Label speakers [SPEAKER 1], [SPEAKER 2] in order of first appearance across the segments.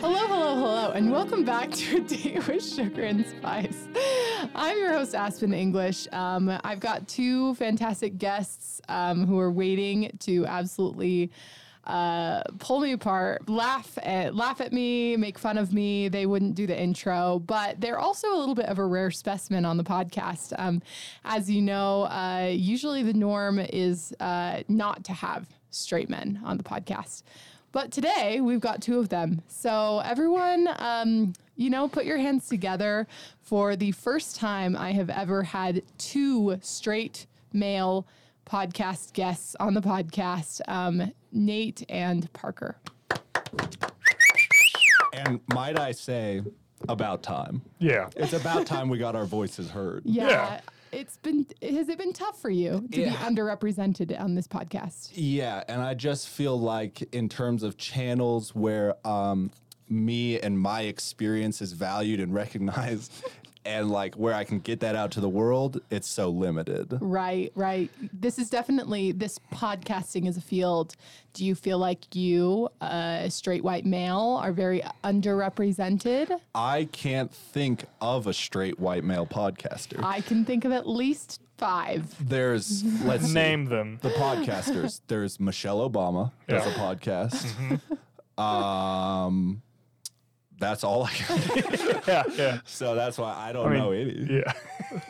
[SPEAKER 1] Hello, hello, hello, and welcome back to A Date with Sugar and Spice. I'm your host, Aspen English. Um, I've got two fantastic guests um, who are waiting to absolutely uh, pull me apart, laugh at, laugh at me, make fun of me. They wouldn't do the intro, but they're also a little bit of a rare specimen on the podcast. Um, as you know, uh, usually the norm is uh, not to have straight men on the podcast. But today we've got two of them. So everyone, um, you know, put your hands together for the first time I have ever had two straight male podcast guests on the podcast, um, Nate and Parker.
[SPEAKER 2] And might I say, about time.
[SPEAKER 3] Yeah.
[SPEAKER 2] It's about time we got our voices heard.
[SPEAKER 1] Yeah.
[SPEAKER 3] Yeah.
[SPEAKER 1] It's been has it been tough for you to be
[SPEAKER 2] Yeah.
[SPEAKER 1] underrepresented on this podcast?
[SPEAKER 2] Yeah, and I just feel like in terms of channels where um, me and my experience is valued and recognized, and like where I can get that out to the world, it's so limited.
[SPEAKER 1] Right, right. This is definitely this podcasting is a field. Do you feel like you, uh, a straight white male, are very underrepresented?
[SPEAKER 2] I can't think of a straight white male podcaster.
[SPEAKER 1] I can think of at least five.
[SPEAKER 2] There's let's see.
[SPEAKER 3] Name them.
[SPEAKER 2] the podcasters. There's Michelle Obama does a
[SPEAKER 3] Yeah. Mm-hmm.
[SPEAKER 2] podcast. Um, that's all I can
[SPEAKER 3] Yeah, yeah,
[SPEAKER 2] So that's why I don't
[SPEAKER 3] mean,
[SPEAKER 2] know any.
[SPEAKER 3] yeah.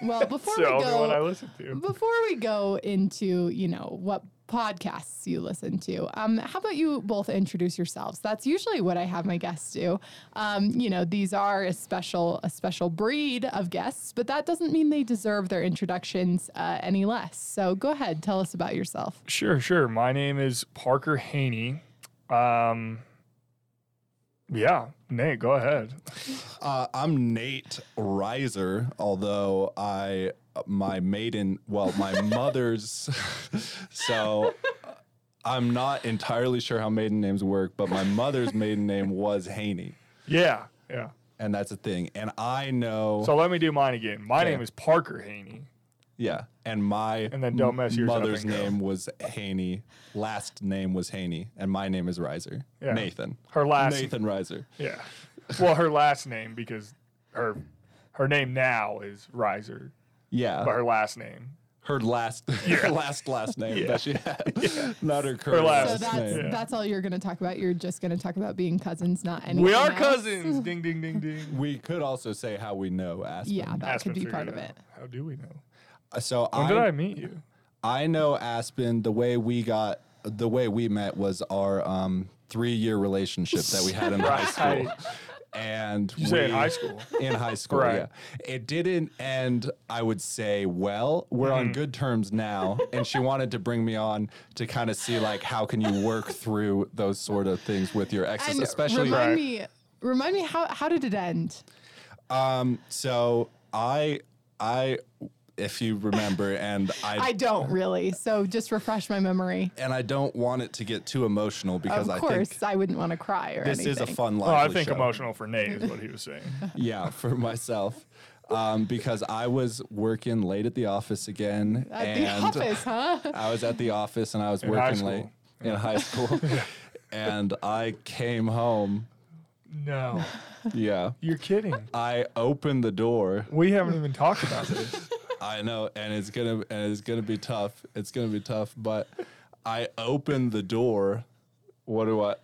[SPEAKER 1] Well, before
[SPEAKER 3] It's the
[SPEAKER 1] we
[SPEAKER 3] only one I
[SPEAKER 1] go,
[SPEAKER 3] listen to.
[SPEAKER 1] before we go into you know what podcasts you listen to, um, how about you both introduce yourselves? That's usually what I have my guests do. Um, you know, these are a special a special breed of guests, but that doesn't mean they deserve their introductions uh, any less. So go ahead, tell us about yourself.
[SPEAKER 3] Sure, sure. My name is Parker Haney. Um, yeah, Nate, go ahead.
[SPEAKER 2] Uh, I'm Nate Riser, although I my maiden, well, my mother's. so I'm not entirely sure how maiden names work, but my mother's maiden name was Haney,
[SPEAKER 3] Yeah, yeah.
[SPEAKER 2] and that's a thing. And I know,
[SPEAKER 3] So let me do mine again. My
[SPEAKER 2] Yeah.
[SPEAKER 3] name is Parker Haney.
[SPEAKER 2] yeah. And my
[SPEAKER 3] And then don't mess yours up
[SPEAKER 2] mother's
[SPEAKER 3] and go.
[SPEAKER 2] name was Haney. Last name was Haney, and my name is Riser.
[SPEAKER 3] Yeah.
[SPEAKER 2] Nathan.
[SPEAKER 3] Her last
[SPEAKER 2] Nathan Riser.
[SPEAKER 3] Yeah. Well, her last name because her her name now is Riser,
[SPEAKER 2] Yeah.
[SPEAKER 3] but her last name.
[SPEAKER 2] her last her last last name
[SPEAKER 3] Yeah.
[SPEAKER 2] that she had, not her current
[SPEAKER 3] last
[SPEAKER 1] So
[SPEAKER 2] last
[SPEAKER 1] that's
[SPEAKER 2] name.
[SPEAKER 3] Yeah.
[SPEAKER 1] that's all you're going to talk about. You're just going to talk about being cousins, not anything.
[SPEAKER 3] We are
[SPEAKER 1] else?
[SPEAKER 3] cousins. ding ding ding ding.
[SPEAKER 2] We could also say how we know Aspen.
[SPEAKER 1] Yeah, that
[SPEAKER 3] Aspen
[SPEAKER 1] could be
[SPEAKER 3] figured
[SPEAKER 1] part of
[SPEAKER 3] out.
[SPEAKER 1] it.
[SPEAKER 3] How do we know?
[SPEAKER 2] So
[SPEAKER 3] When did I
[SPEAKER 2] I,
[SPEAKER 3] meet you?
[SPEAKER 2] I know Aspen. The way we got the way we met was our um, three year relationship that we had in high school, and
[SPEAKER 3] You say in
[SPEAKER 2] we-
[SPEAKER 3] high school.
[SPEAKER 2] In high school,
[SPEAKER 3] Right.
[SPEAKER 2] yeah. It didn't end, I would say, well. We're
[SPEAKER 3] Mm-hmm.
[SPEAKER 2] on good terms now. and she wanted to bring me on to kind of see like how can you work through those sort of things with your exes,
[SPEAKER 1] And
[SPEAKER 2] especially
[SPEAKER 1] remind
[SPEAKER 3] Right.
[SPEAKER 1] me, remind me how how did it end?
[SPEAKER 2] Um, so I, I, if you remember, and I,
[SPEAKER 1] I don't really. So just refresh my memory.
[SPEAKER 2] and I don't want it to get too emotional because
[SPEAKER 1] Of
[SPEAKER 2] I think
[SPEAKER 1] course, I, wouldn't want to cry or
[SPEAKER 2] this
[SPEAKER 1] anything.
[SPEAKER 2] is a fun
[SPEAKER 3] Well,
[SPEAKER 2] lively
[SPEAKER 3] Oh, I think
[SPEAKER 2] show.
[SPEAKER 3] emotional for Nate is what he was saying.
[SPEAKER 2] Yeah, for myself, um, because I was working late at the office again,
[SPEAKER 1] At the
[SPEAKER 2] and
[SPEAKER 1] office, huh?
[SPEAKER 2] I was at the office and I was
[SPEAKER 3] high
[SPEAKER 2] working
[SPEAKER 3] school.
[SPEAKER 2] late in high school, and I came home.
[SPEAKER 3] No,
[SPEAKER 2] Yeah.
[SPEAKER 3] you're kidding.
[SPEAKER 2] I opened the door
[SPEAKER 3] We haven't even talked about this.
[SPEAKER 2] I know, and it's gonna and it's gonna be tough. It's gonna be tough, but I opened the door. What do I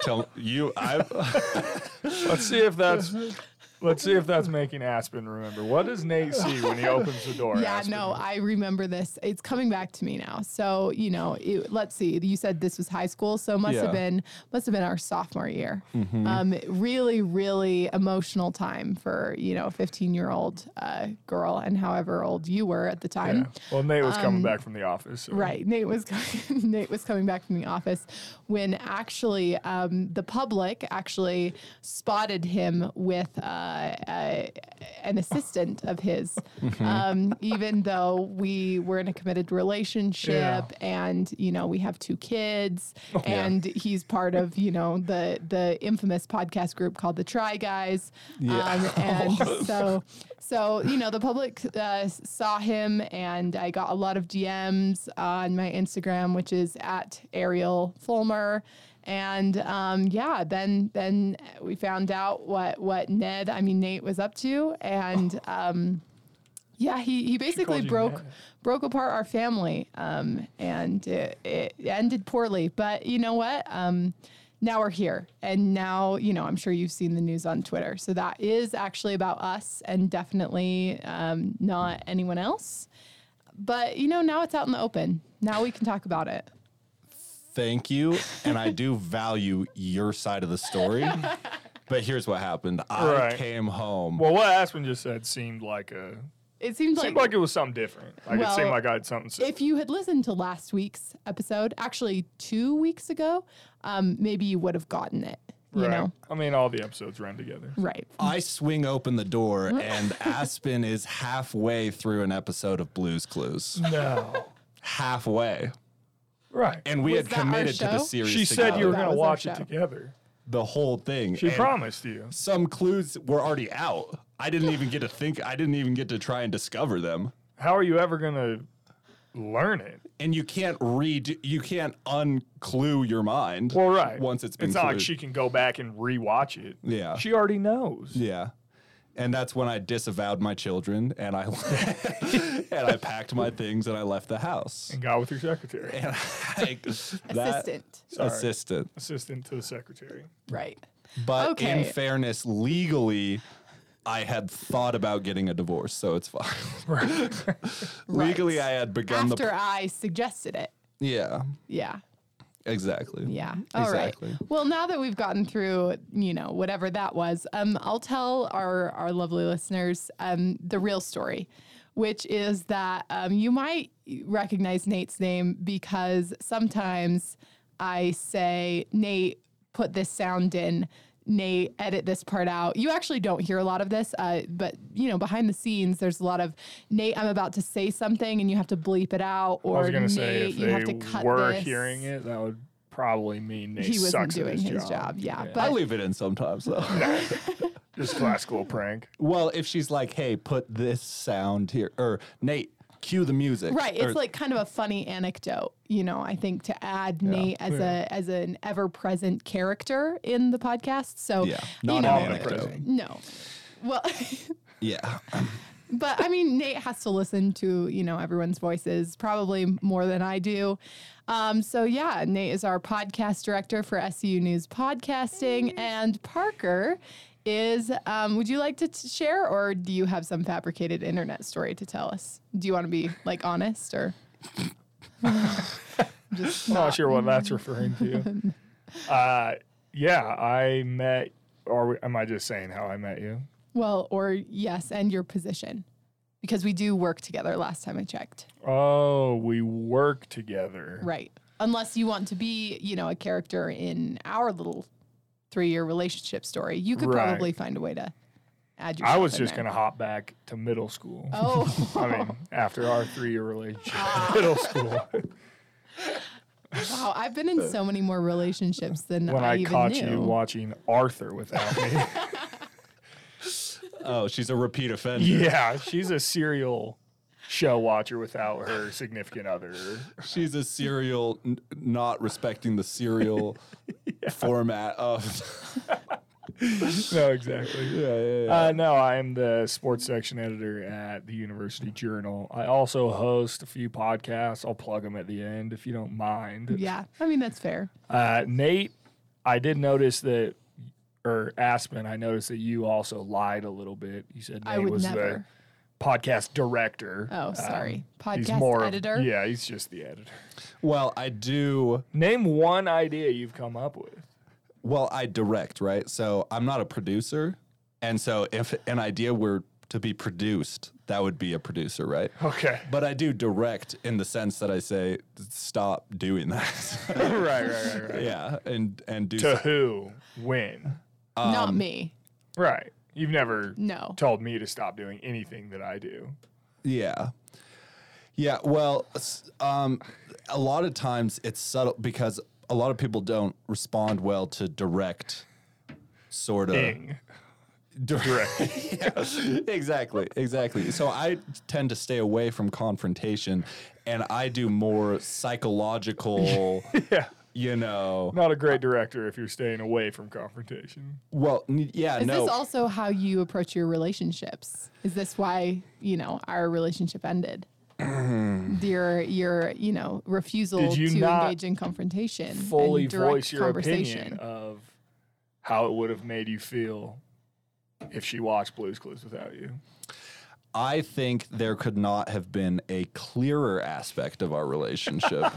[SPEAKER 2] tell you? I
[SPEAKER 3] Let's see if that's let's see if that's making Aspen remember. What does Nate see when he opens the door?
[SPEAKER 1] Yeah,
[SPEAKER 3] Aspen?
[SPEAKER 1] no, I remember this. It's coming back to me now. So you know, it, let's see. You said this was high school, so it must have
[SPEAKER 2] Yeah. Mm-hmm.
[SPEAKER 1] been must have been our sophomore year. Um, really, really emotional time for you know, a fifteen year old uh, girl, and however old you were at the time.
[SPEAKER 3] Yeah. Well, Nate was coming back from the office. so-
[SPEAKER 1] um, Right. Nate was coming, Nate was coming back from the office when actually um, the public actually spotted him with uh, a, an assistant of his, um, even though we were in a committed relationship and you know we have two kids and he's part of you know the the infamous podcast group called the Try Guys.
[SPEAKER 2] Yeah.
[SPEAKER 1] Um, and so, so you know, the public uh, s- saw him, and I got a lot of DMs on my Instagram, which is at Ariel Fulmer, And um, yeah, then then we found out what what Ned, I mean Nate, was up to, and um, yeah, he he basically
[SPEAKER 3] called you
[SPEAKER 1] broke
[SPEAKER 3] Ned.
[SPEAKER 1] broke apart our family, um, and it, it ended poorly. But you know what? Um, now we're here, and now you know. I'm sure you've seen the news on Twitter, so that is actually about us, and definitely um, not anyone else. But you know, now it's out in the open. Now we can talk about it.
[SPEAKER 2] Thank you. And I do value your side of the story. But here's what happened. I
[SPEAKER 3] Right.
[SPEAKER 2] came home.
[SPEAKER 3] Well, what Aspen just said seemed like a
[SPEAKER 1] It seems
[SPEAKER 3] seemed like it was something different. Like it
[SPEAKER 1] Well,
[SPEAKER 3] seemed like I had something.
[SPEAKER 1] if you had listened to last week's episode, actually two weeks ago, um, maybe you would have gotten it. You
[SPEAKER 3] right.
[SPEAKER 1] know,
[SPEAKER 3] I mean, all the episodes run together.
[SPEAKER 1] right?
[SPEAKER 2] I swing open the door and Aspen is halfway through an episode of Blues Clues.
[SPEAKER 3] No.
[SPEAKER 2] Halfway.
[SPEAKER 3] right.
[SPEAKER 2] And we
[SPEAKER 1] Was
[SPEAKER 2] had
[SPEAKER 1] that our
[SPEAKER 2] committed to the
[SPEAKER 1] show?
[SPEAKER 2] series.
[SPEAKER 3] she said you
[SPEAKER 2] together.
[SPEAKER 3] were
[SPEAKER 1] That
[SPEAKER 3] going to
[SPEAKER 1] was our
[SPEAKER 3] watch it
[SPEAKER 1] show.
[SPEAKER 3] together.
[SPEAKER 2] the whole thing.
[SPEAKER 3] She
[SPEAKER 2] and
[SPEAKER 3] promised you.
[SPEAKER 2] some clues were already out. I didn't even get to think I didn't even get to try and discover them.
[SPEAKER 3] How are you ever going to learn it?
[SPEAKER 2] And you can't read you can't unclue your mind.
[SPEAKER 3] Well, right.
[SPEAKER 2] Once it's been
[SPEAKER 3] it's not like
[SPEAKER 2] clued.
[SPEAKER 3] she can go back and rewatch it.
[SPEAKER 2] Yeah.
[SPEAKER 3] She already knows.
[SPEAKER 2] Yeah. And that's when I disavowed my children and I and I packed my things and I left the house.
[SPEAKER 3] And got with your secretary,
[SPEAKER 2] And I, that-
[SPEAKER 1] Assistant,
[SPEAKER 2] Assistant.
[SPEAKER 3] assistant to the secretary.
[SPEAKER 1] right?
[SPEAKER 2] But
[SPEAKER 1] Okay.
[SPEAKER 2] in fairness, legally, I had thought about getting a divorce, so it's fine. Legally, I had begun
[SPEAKER 1] After
[SPEAKER 2] the
[SPEAKER 1] I suggested it,
[SPEAKER 2] yeah,
[SPEAKER 1] yeah,
[SPEAKER 2] exactly.
[SPEAKER 1] yeah. All right. Uh,
[SPEAKER 2] Exactly.
[SPEAKER 1] Well, now that we've gotten through, you know, whatever that was, um, I'll tell our our lovely listeners um, the real story. Which is that um, you might recognize Nate's name because sometimes I say, Nate, put this sound in. Nate, edit this part out. You actually don't hear a lot of this, uh, but you know, behind the scenes, there's a lot of Nate. I'm about to say something, and you have to bleep it out, or
[SPEAKER 3] I was
[SPEAKER 1] Nate,
[SPEAKER 3] gonna say if
[SPEAKER 1] you have to
[SPEAKER 3] they
[SPEAKER 1] cut
[SPEAKER 3] were
[SPEAKER 1] this.
[SPEAKER 3] hearing it, that would probably mean Nate
[SPEAKER 1] He wasn't
[SPEAKER 3] sucks
[SPEAKER 1] doing
[SPEAKER 3] at his,
[SPEAKER 1] his job, yeah, but-
[SPEAKER 2] I leave it in sometimes though.
[SPEAKER 3] just classical prank.
[SPEAKER 2] well, if she's like, "Hey, put this sound here," or Nate, cue the music.
[SPEAKER 1] Right. It's
[SPEAKER 2] or-
[SPEAKER 1] like kind of a funny anecdote, you know, I think to add Nate as a as an ever present character in the podcast. So
[SPEAKER 2] Yeah,
[SPEAKER 1] you
[SPEAKER 2] not
[SPEAKER 1] know,
[SPEAKER 2] an anecdote.
[SPEAKER 1] No. Well
[SPEAKER 2] yeah,
[SPEAKER 1] but I mean Nate has to listen to, you know, everyone's voices probably more than I do. Um, so yeah, Nate is our podcast director for SU News Podcasting and Parker is um, would you like to t- share or do you have some fabricated internet story to tell us? Do you want to be like honest or just
[SPEAKER 3] Not sure what that's referring to. uh, yeah, I met. Or we- am I just saying how I met you?
[SPEAKER 1] Well, or yes, and your position. Because we do work together last time I checked.
[SPEAKER 3] Oh, we work together.
[SPEAKER 1] Right. Unless you want to be, you know, a character in our little three year relationship story, you could
[SPEAKER 3] Right.
[SPEAKER 1] probably find a way to add your
[SPEAKER 3] I was just gonna hop back to middle school.
[SPEAKER 1] Oh,
[SPEAKER 3] I mean, after our three-year relationship, middle school.
[SPEAKER 1] wow. I've been in so many more relationships than
[SPEAKER 3] When
[SPEAKER 1] I,
[SPEAKER 3] I
[SPEAKER 1] even
[SPEAKER 3] caught
[SPEAKER 1] knew.
[SPEAKER 3] you watching Arthur without me.
[SPEAKER 2] oh, she's a repeat offender.
[SPEAKER 3] Yeah, she's a serial show watcher without her significant other.
[SPEAKER 2] She's a serial, n- not respecting the serial format of.
[SPEAKER 3] No, exactly.
[SPEAKER 2] yeah, yeah, yeah.
[SPEAKER 3] Uh, no, I am the sports section editor at the University Journal. I also host a few podcasts. I'll plug them at the end if you don't mind.
[SPEAKER 1] Yeah. I mean, that's fair.
[SPEAKER 3] Uh, Nate, I did notice that, or Aspen, I noticed that you also lied a little bit. You said Nate
[SPEAKER 1] I would
[SPEAKER 3] was
[SPEAKER 1] never.
[SPEAKER 3] the podcast director.
[SPEAKER 1] Oh,
[SPEAKER 3] Um,
[SPEAKER 1] sorry.
[SPEAKER 3] he's
[SPEAKER 1] Podcast
[SPEAKER 3] more of-
[SPEAKER 1] editor.
[SPEAKER 3] yeah, he's just the editor.
[SPEAKER 2] Well, I do.
[SPEAKER 3] Name one idea you've come up with.
[SPEAKER 2] Well, I direct, right? So I'm not a producer, and so if an idea were to be produced, that would be a producer, right?
[SPEAKER 3] Okay.
[SPEAKER 2] But I do direct in the sense that I say, stop doing that.
[SPEAKER 3] right, right, right, right.
[SPEAKER 2] yeah, and and do.
[SPEAKER 3] To
[SPEAKER 2] so-
[SPEAKER 3] who? When?
[SPEAKER 1] Not me.
[SPEAKER 3] Right. You've never
[SPEAKER 1] No.
[SPEAKER 3] told me to stop doing anything that I do.
[SPEAKER 2] Yeah. Yeah. Well, s- um, a lot of times it's subtle because a lot of people don't respond well to direct sort of
[SPEAKER 3] Ding. Uh, Direct.
[SPEAKER 2] Yeah, exactly, exactly. So I tend to stay away from confrontation, and I do more psychological.
[SPEAKER 3] yeah.
[SPEAKER 2] you know,
[SPEAKER 3] Not a great director if you're staying away from confrontation.
[SPEAKER 2] well, n- yeah,
[SPEAKER 1] Is
[SPEAKER 2] no.
[SPEAKER 1] this also how you approach your relationships? Is this why, you know, our relationship ended? your your, you know, refusal
[SPEAKER 3] Did you
[SPEAKER 1] to
[SPEAKER 3] not
[SPEAKER 1] engage in confrontation. and
[SPEAKER 3] Fully
[SPEAKER 1] direct
[SPEAKER 3] voice your
[SPEAKER 1] conversation.
[SPEAKER 3] opinion of how it would have made you feel if she watched Blue's Clues without you.
[SPEAKER 2] I think there could not have been a clearer aspect of our relationship.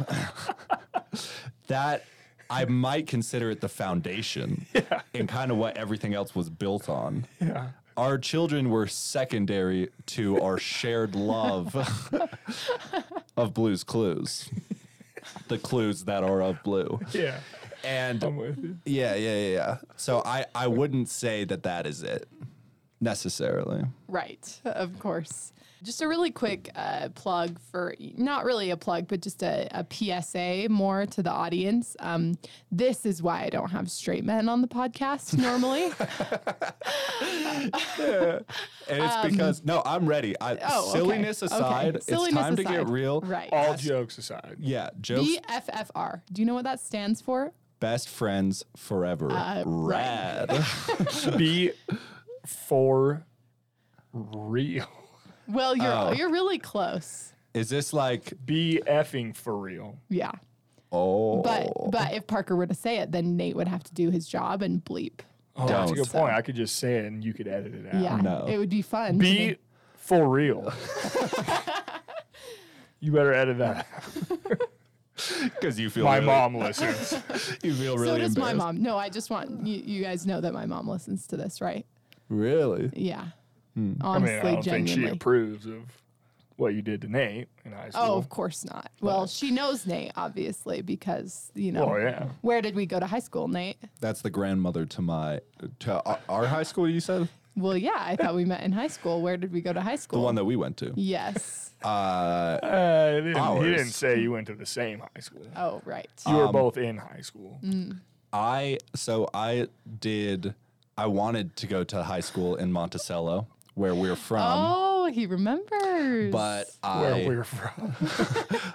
[SPEAKER 2] that I might consider it the foundation and kind of what everything else was built on.
[SPEAKER 3] Yeah.
[SPEAKER 2] Our children were secondary to our shared love of Blue's Clues, the clues that are of Blue.
[SPEAKER 3] Yeah.
[SPEAKER 2] And
[SPEAKER 3] I'm with you.
[SPEAKER 2] yeah, yeah, yeah, yeah. So I, I wouldn't say that that is it necessarily.
[SPEAKER 1] Right, of course. Just a really quick uh, plug for not really a plug, but just a, a PSA more to the audience. Um, this is why I don't have straight men on the podcast normally.
[SPEAKER 2] And it's because no, I'm ready. I,
[SPEAKER 1] Um, Oh, okay,
[SPEAKER 2] silliness
[SPEAKER 1] okay.
[SPEAKER 2] aside, it's
[SPEAKER 1] Silliness
[SPEAKER 2] time to get
[SPEAKER 1] aside.
[SPEAKER 2] real.
[SPEAKER 1] Right.
[SPEAKER 3] All jokes aside.
[SPEAKER 2] Yeah, jokes.
[SPEAKER 1] BFFR. Do you know what that stands for?
[SPEAKER 2] best friends forever.
[SPEAKER 1] Uh, right.
[SPEAKER 2] Rad.
[SPEAKER 3] Be for real.
[SPEAKER 1] Well, you're
[SPEAKER 2] Oh.
[SPEAKER 1] you're really close.
[SPEAKER 2] Is this like
[SPEAKER 3] Be effing for real.
[SPEAKER 1] Yeah.
[SPEAKER 2] oh?
[SPEAKER 1] But but if Parker were to say it, then Nate would have to do his job and bleep.
[SPEAKER 3] Oh, that's a
[SPEAKER 2] Don't.
[SPEAKER 3] good point. I could just say it and you could edit it out.
[SPEAKER 1] Yeah.
[SPEAKER 2] Oh, no.
[SPEAKER 1] It would be fun. to
[SPEAKER 3] Be
[SPEAKER 1] make-
[SPEAKER 3] for real. you better edit that. out.
[SPEAKER 2] Because you feel
[SPEAKER 3] My
[SPEAKER 2] really-
[SPEAKER 3] mom listens.
[SPEAKER 2] You feel
[SPEAKER 1] so
[SPEAKER 2] really
[SPEAKER 1] does my
[SPEAKER 2] embarrassed.
[SPEAKER 1] mom. No, I just want you, you guys know that my mom listens to this, right?
[SPEAKER 2] Really?
[SPEAKER 1] Yeah.
[SPEAKER 2] Hmm.
[SPEAKER 3] I
[SPEAKER 1] Honestly,
[SPEAKER 3] mean, I don't think
[SPEAKER 1] genuinely.
[SPEAKER 3] she approves of what you did to Nate in high school.
[SPEAKER 1] oh, of course not. Well, she knows Nate, obviously, because, you know,
[SPEAKER 3] Oh, yeah.
[SPEAKER 1] where did we go to high school, Nate?
[SPEAKER 2] That's the grandmother to my to our, our high school. You said
[SPEAKER 1] Well, yeah, I thought we met in high school. Where did we go to high
[SPEAKER 2] the
[SPEAKER 1] school?
[SPEAKER 2] one that we went to.
[SPEAKER 1] Yes.
[SPEAKER 2] Uh,
[SPEAKER 3] Uh, he, didn't, he
[SPEAKER 2] Ours.
[SPEAKER 3] didn't say you went to the same high school.
[SPEAKER 1] Oh, right.
[SPEAKER 3] You
[SPEAKER 2] um,
[SPEAKER 3] were both in high school.
[SPEAKER 1] Mm.
[SPEAKER 2] I so I did. I wanted to go to high school in Monticello, where we're from.
[SPEAKER 1] oh, he remembers.
[SPEAKER 2] But
[SPEAKER 3] Where
[SPEAKER 2] I,
[SPEAKER 3] we were from.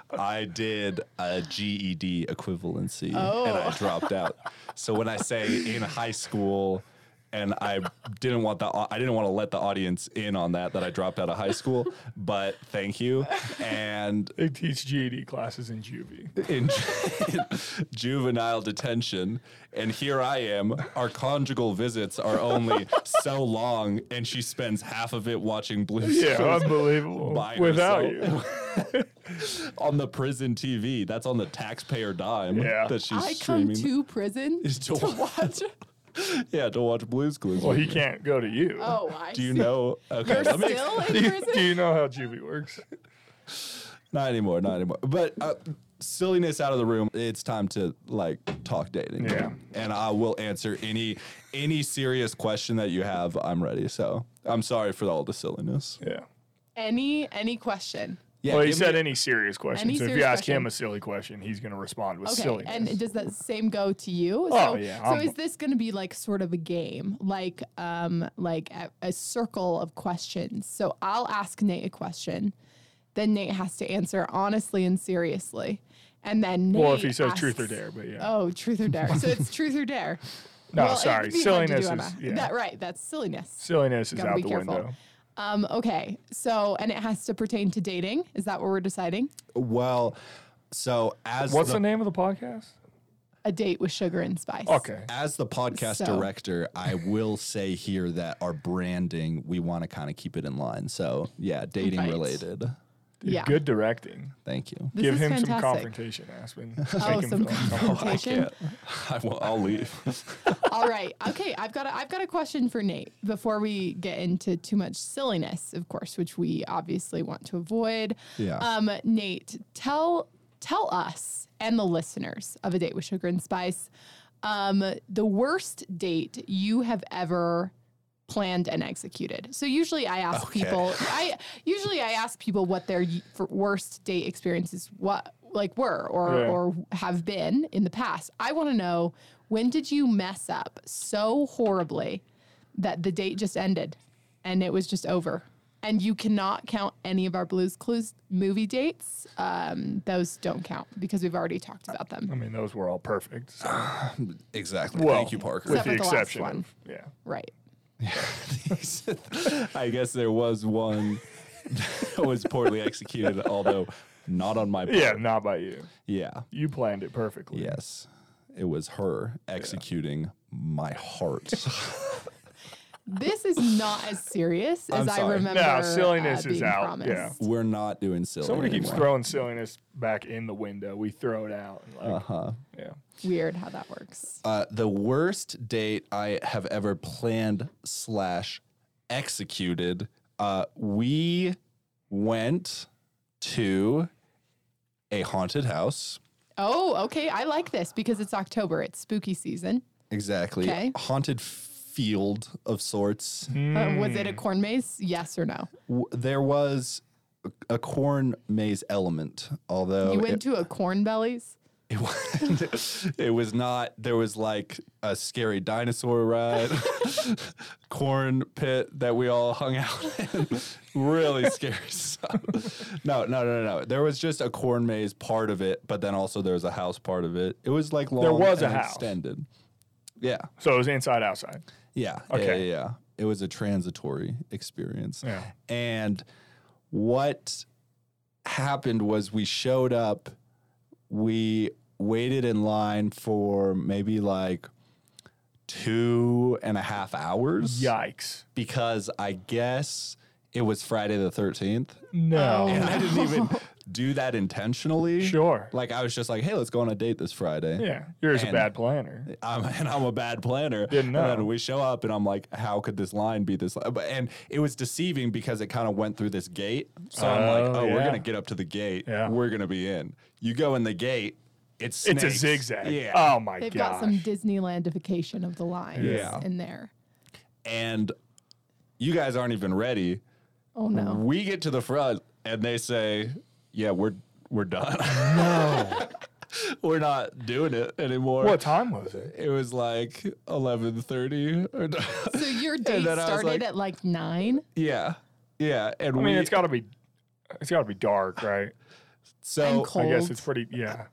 [SPEAKER 2] I did a GED equivalency and I
[SPEAKER 1] Oh.
[SPEAKER 2] dropped out. So when I say in high school and I didn't want the au- I didn't want to let the audience in on that that I dropped out of high school, but thank you. And
[SPEAKER 3] They teach GED classes in juvie.
[SPEAKER 2] in, ju- juvenile detention and here I am our conjugal visits are only so long and she spends half of it watching blue
[SPEAKER 3] Yeah, unbelievable.
[SPEAKER 2] by
[SPEAKER 3] Without
[SPEAKER 2] herself. on the prison TV. That's on the taxpayer dime
[SPEAKER 3] Yeah.
[SPEAKER 2] that she's
[SPEAKER 1] I come
[SPEAKER 2] streaming.
[SPEAKER 1] to prison
[SPEAKER 2] Is
[SPEAKER 1] to
[SPEAKER 2] to
[SPEAKER 1] watch.
[SPEAKER 2] yeah, to watch Blues Clues.
[SPEAKER 3] you. Well, he can't go to you.
[SPEAKER 1] Oh, I
[SPEAKER 2] do you
[SPEAKER 1] see.
[SPEAKER 2] know? Okay,
[SPEAKER 1] You're
[SPEAKER 2] let me-
[SPEAKER 1] still
[SPEAKER 3] do,
[SPEAKER 1] in
[SPEAKER 3] you,
[SPEAKER 1] prison?
[SPEAKER 3] do you know how juvie works?
[SPEAKER 2] not anymore, not anymore. But uh, silliness out of the room. It's time to like talk dating.
[SPEAKER 3] Yeah.
[SPEAKER 2] and I will answer any any serious question that you have. I'm ready. So I'm sorry for all the silliness.
[SPEAKER 3] Yeah.
[SPEAKER 1] Any any question?
[SPEAKER 2] Yeah,
[SPEAKER 3] well, he
[SPEAKER 2] give
[SPEAKER 3] said
[SPEAKER 2] me-
[SPEAKER 3] any serious question.
[SPEAKER 1] Any
[SPEAKER 3] so if you
[SPEAKER 1] serious
[SPEAKER 3] ask him
[SPEAKER 1] question.
[SPEAKER 3] a silly question, he's going to respond with
[SPEAKER 1] Okay,
[SPEAKER 3] silliness.
[SPEAKER 1] and does that same go to you?
[SPEAKER 3] Oh,
[SPEAKER 1] so,
[SPEAKER 3] yeah,
[SPEAKER 1] So
[SPEAKER 3] I'm-
[SPEAKER 1] is this going to be like sort of a game, like um, like a, a circle of questions? So I'll ask Nate a question, then Nate has to answer honestly and seriously, and then Nate
[SPEAKER 3] well, if he says truth or
[SPEAKER 1] asks-
[SPEAKER 3] dare, but yeah.
[SPEAKER 1] Oh, truth or dare. so it's truth or dare.
[SPEAKER 3] no,
[SPEAKER 1] Well, it
[SPEAKER 3] sorry.
[SPEAKER 1] could be hard to do
[SPEAKER 3] Silliness
[SPEAKER 1] on
[SPEAKER 3] is
[SPEAKER 1] a-
[SPEAKER 3] yeah.
[SPEAKER 1] that right. That's silliness.
[SPEAKER 3] silliness is
[SPEAKER 1] Gotta
[SPEAKER 3] out
[SPEAKER 1] be
[SPEAKER 3] the
[SPEAKER 1] careful.
[SPEAKER 3] window.
[SPEAKER 1] Um, okay, so and it has to pertain to dating. Is that what we're deciding?
[SPEAKER 2] Well, so as
[SPEAKER 3] What's the
[SPEAKER 2] the
[SPEAKER 3] name of the podcast?
[SPEAKER 1] A date with sugar and spice.
[SPEAKER 3] Okay.
[SPEAKER 2] as the podcast
[SPEAKER 1] So-
[SPEAKER 2] director, I will say here that our branding, we want to kind of keep it in line. So, yeah, dating
[SPEAKER 1] Right.
[SPEAKER 2] related.
[SPEAKER 3] Dude,
[SPEAKER 1] Yeah.
[SPEAKER 3] Good directing.
[SPEAKER 2] Thank you.
[SPEAKER 1] This
[SPEAKER 3] Give
[SPEAKER 1] is
[SPEAKER 3] him some
[SPEAKER 1] fantastic.
[SPEAKER 3] confrontation, Aspen.
[SPEAKER 1] Oh,
[SPEAKER 3] Make him
[SPEAKER 1] some
[SPEAKER 3] feel uncomfortable.
[SPEAKER 1] confrontation.
[SPEAKER 2] I will, I'll leave.
[SPEAKER 1] All right. Okay. I've got a, I've got a question for Nate before we get into too much silliness, of course, which we obviously want to avoid.
[SPEAKER 2] Yeah.
[SPEAKER 1] Um, Nate, tell tell us and the listeners of a date with sugar and spice, um, the worst date you have ever planned and executed. So usually I ask
[SPEAKER 2] Okay.
[SPEAKER 1] people I usually I ask people what their y- for- worst date experiences what like were or
[SPEAKER 3] Yeah.
[SPEAKER 1] or have been in the past. I want to know when did you mess up so horribly that the date just ended and it was just over and you cannot count any of our Blues Clues movie dates. Um, those don't count because we've already talked about them.
[SPEAKER 3] I mean, those were all perfect. so-
[SPEAKER 2] Exactly.
[SPEAKER 3] Well,
[SPEAKER 2] Thank you, Parker.
[SPEAKER 3] With
[SPEAKER 1] Except
[SPEAKER 3] the
[SPEAKER 1] for the last
[SPEAKER 3] exception
[SPEAKER 1] one.
[SPEAKER 3] of yeah.
[SPEAKER 1] Right.
[SPEAKER 2] I guess there was one that was poorly executed, although not on my part.
[SPEAKER 3] Yeah, not by you.
[SPEAKER 2] Yeah.
[SPEAKER 3] You planned it perfectly.
[SPEAKER 2] Yes. It was her executing my heart.
[SPEAKER 1] This is not as serious as
[SPEAKER 2] I'm
[SPEAKER 1] I
[SPEAKER 2] sorry.
[SPEAKER 1] remember.
[SPEAKER 3] No, silliness
[SPEAKER 1] uh,
[SPEAKER 3] is
[SPEAKER 1] being
[SPEAKER 3] out,
[SPEAKER 1] Promised.
[SPEAKER 3] yeah.
[SPEAKER 2] We're not doing silly.
[SPEAKER 3] Somebody keeps
[SPEAKER 2] anymore.
[SPEAKER 3] throwing silliness back in the window. We throw it out. and, Like,
[SPEAKER 2] Uh-huh.
[SPEAKER 3] Yeah.
[SPEAKER 1] Weird how that works.
[SPEAKER 2] Uh, the worst date I have ever planned slash executed. Uh, we went to a haunted house.
[SPEAKER 1] Oh, okay. I like this because it's October. It's spooky season.
[SPEAKER 2] Exactly.
[SPEAKER 1] Okay.
[SPEAKER 2] Haunted field of sorts.
[SPEAKER 3] Hmm.
[SPEAKER 1] Uh, was
[SPEAKER 3] Mm.
[SPEAKER 1] it a corn maze? Yes or no?
[SPEAKER 2] W- There was a- a corn maze element, although
[SPEAKER 1] you
[SPEAKER 2] it-
[SPEAKER 1] went to a corn bellies?
[SPEAKER 2] It was, it was not. There was like a scary dinosaur ride, corn pit that we all hung out in. really scary stuff. No, no, no, no. There was just a corn maze part of it, but then also there was a house part of it. It was like long.
[SPEAKER 3] was a
[SPEAKER 2] and
[SPEAKER 3] house.
[SPEAKER 2] extended. Yeah,
[SPEAKER 3] So it was inside outside.
[SPEAKER 2] yeah,
[SPEAKER 3] Okay.
[SPEAKER 2] yeah, yeah, yeah. It was a transitory experience.
[SPEAKER 3] Yeah.
[SPEAKER 2] And what happened was we showed up, we waited in line for maybe like two and a half hours.
[SPEAKER 3] Yikes.
[SPEAKER 2] Because I guess it was Friday the 13th.
[SPEAKER 3] No.
[SPEAKER 1] Oh.
[SPEAKER 2] And I didn't even do that intentionally.
[SPEAKER 3] Sure.
[SPEAKER 2] Like I was just like, hey, let's go on a date this Friday.
[SPEAKER 3] Yeah. You're just a
[SPEAKER 2] And-
[SPEAKER 3] bad planner.
[SPEAKER 2] I'm, and I'm a bad planner.
[SPEAKER 3] Didn't
[SPEAKER 2] And
[SPEAKER 3] know.
[SPEAKER 2] then we show up, and I'm like, how could this line be this? Li-? But and it was deceiving because it kind of went through this gate. So I'm like,
[SPEAKER 3] Oh,
[SPEAKER 2] oh, we're
[SPEAKER 3] yeah.
[SPEAKER 2] gonna get up to the gate.
[SPEAKER 3] Yeah.
[SPEAKER 2] We're gonna be in. You go in the gate. It's
[SPEAKER 3] It's a
[SPEAKER 2] snakes.
[SPEAKER 3] zigzag.
[SPEAKER 2] Yeah.
[SPEAKER 3] Oh my
[SPEAKER 1] They've
[SPEAKER 3] gosh.
[SPEAKER 1] got some Disneylandification of the lines
[SPEAKER 2] Yeah.
[SPEAKER 1] in there.
[SPEAKER 2] And you guys aren't even ready.
[SPEAKER 1] Oh no.
[SPEAKER 2] We get to the front, and they say, yeah, we're we're done.
[SPEAKER 3] no.
[SPEAKER 2] we're not doing it anymore.
[SPEAKER 3] what time was it?
[SPEAKER 2] It was like 11:30 or.
[SPEAKER 1] So your date
[SPEAKER 2] then I was
[SPEAKER 1] started
[SPEAKER 2] like-
[SPEAKER 1] at like nine?
[SPEAKER 2] Yeah. Yeah. And
[SPEAKER 3] I
[SPEAKER 2] we
[SPEAKER 3] mean, it's got to be. It's got to be dark, right?
[SPEAKER 2] so
[SPEAKER 1] and cold.
[SPEAKER 3] I guess it's pretty. Yeah.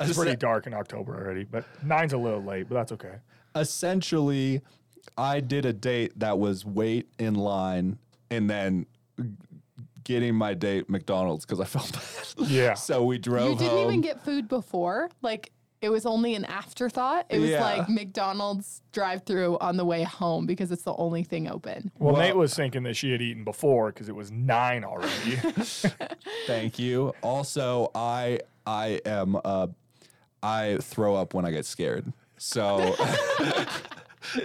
[SPEAKER 3] It's pretty dark in October already, but nine's a little late, but that's okay.
[SPEAKER 2] essentially I did a date that was wait in line and then g- getting my date McDonald's because I felt bad.
[SPEAKER 3] Yeah.
[SPEAKER 2] so we drove
[SPEAKER 1] you didn't
[SPEAKER 2] home.
[SPEAKER 1] even get food before. Like it was only an afterthought. It was
[SPEAKER 2] Yeah.
[SPEAKER 1] like McDonald's drive through on the way home because it's the only thing open.
[SPEAKER 3] Well,
[SPEAKER 2] Well-
[SPEAKER 3] Nate was thinking that she had eaten before because it was nine already.
[SPEAKER 2] Thank you. Also, I I am uh I throw up when I get scared. So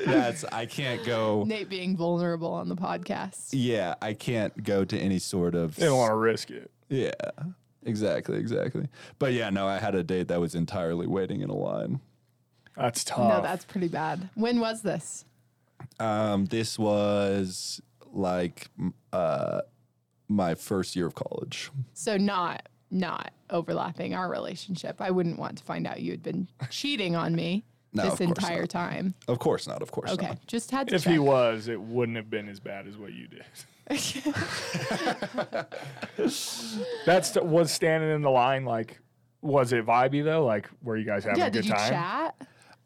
[SPEAKER 2] that's I can't go
[SPEAKER 1] Nate being vulnerable on the podcast.
[SPEAKER 2] yeah, I can't go to any sort of
[SPEAKER 3] Didn't want to risk it.
[SPEAKER 2] Yeah. Exactly, exactly. But yeah, no, I had a date that was entirely waiting in a line.
[SPEAKER 3] That's tough.
[SPEAKER 1] No, that's pretty bad. When was this?
[SPEAKER 2] Um, this was like m- uh, my first year of college.
[SPEAKER 1] So not not overlapping our relationship. I wouldn't want to find out you had been cheating on me
[SPEAKER 2] No,
[SPEAKER 1] this
[SPEAKER 2] of course
[SPEAKER 1] entire time.
[SPEAKER 2] Of course not. Of course
[SPEAKER 1] Okay,
[SPEAKER 2] not.
[SPEAKER 1] just had to
[SPEAKER 3] If
[SPEAKER 1] check.
[SPEAKER 3] he was, it wouldn't have been as bad as what you did. That's the- was standing in the line like was it vibey though? Like were you guys having
[SPEAKER 1] yeah,
[SPEAKER 3] a good
[SPEAKER 1] did you
[SPEAKER 3] time?
[SPEAKER 1] chat?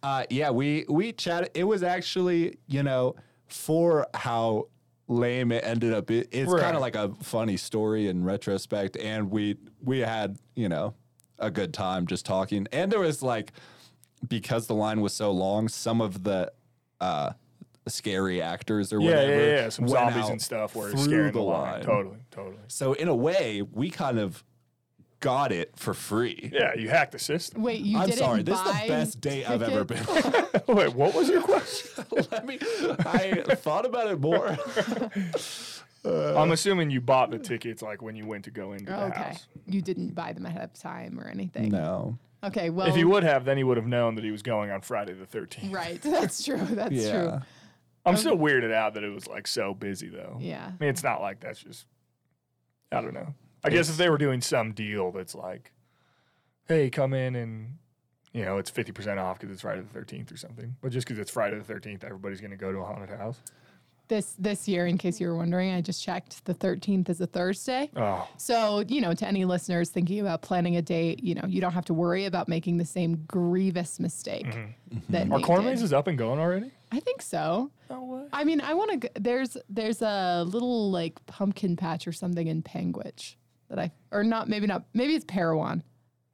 [SPEAKER 2] Uh, yeah, we we chatted. It was actually you know for how lame it ended up. It, it's
[SPEAKER 3] Right.
[SPEAKER 2] kind of like a funny story in retrospect, and we we had you know a good time just talking. And there was like because the line was so long, some of the uh, scary actors or
[SPEAKER 3] Yeah,
[SPEAKER 2] whatever
[SPEAKER 3] yeah, yeah. Some
[SPEAKER 2] went
[SPEAKER 3] zombies
[SPEAKER 2] out
[SPEAKER 3] and stuff were
[SPEAKER 2] through
[SPEAKER 3] scaring
[SPEAKER 2] the
[SPEAKER 3] the line.
[SPEAKER 2] line.
[SPEAKER 3] Totally, totally.
[SPEAKER 2] So in a way, we kind of got it for free.
[SPEAKER 3] Yeah, you hacked the system.
[SPEAKER 1] Wait, you
[SPEAKER 2] I'm
[SPEAKER 1] didn't
[SPEAKER 2] sorry. This is the
[SPEAKER 1] buy
[SPEAKER 2] best date I've ever
[SPEAKER 1] tickets?
[SPEAKER 2] been.
[SPEAKER 3] Wait, what was your question?
[SPEAKER 2] on. Let me. I thought about it more. Uh,
[SPEAKER 3] I'm assuming you bought the tickets like when you went to go into the
[SPEAKER 1] Oh, Okay,
[SPEAKER 3] house.
[SPEAKER 1] you didn't buy them ahead of time or anything.
[SPEAKER 2] No.
[SPEAKER 1] Okay, well,
[SPEAKER 3] If he would have, then he would have known that he was going on Friday the 13th.
[SPEAKER 1] right, that's true. That's
[SPEAKER 2] Yeah.
[SPEAKER 1] true.
[SPEAKER 3] I'm still weirded out that it was like so busy though.
[SPEAKER 1] Yeah.
[SPEAKER 3] I mean, it's not like that's just. I don't know. I guess if they were doing some deal that's like, hey, come in and you know it's fifty percent off because it's Friday the thirteenth or something. But just because it's Friday the thirteenth, everybody's going to go to a haunted house.
[SPEAKER 1] this this year, in case you were wondering, I just checked. The 13th is a Thursday.
[SPEAKER 3] Oh,
[SPEAKER 1] So, you know, to any listeners thinking about planning a date, you know, you don't have to worry about making the same grievous mistake that
[SPEAKER 2] Mm-hmm.
[SPEAKER 3] our
[SPEAKER 1] Nate
[SPEAKER 3] corn
[SPEAKER 1] did.
[SPEAKER 3] maze Mm-hmm. is up and going already.
[SPEAKER 1] I think so.
[SPEAKER 3] No way.
[SPEAKER 1] I mean, I want to. G- there's there's a little like pumpkin patch or something in Panguitch that I or not maybe not maybe it's Parowan.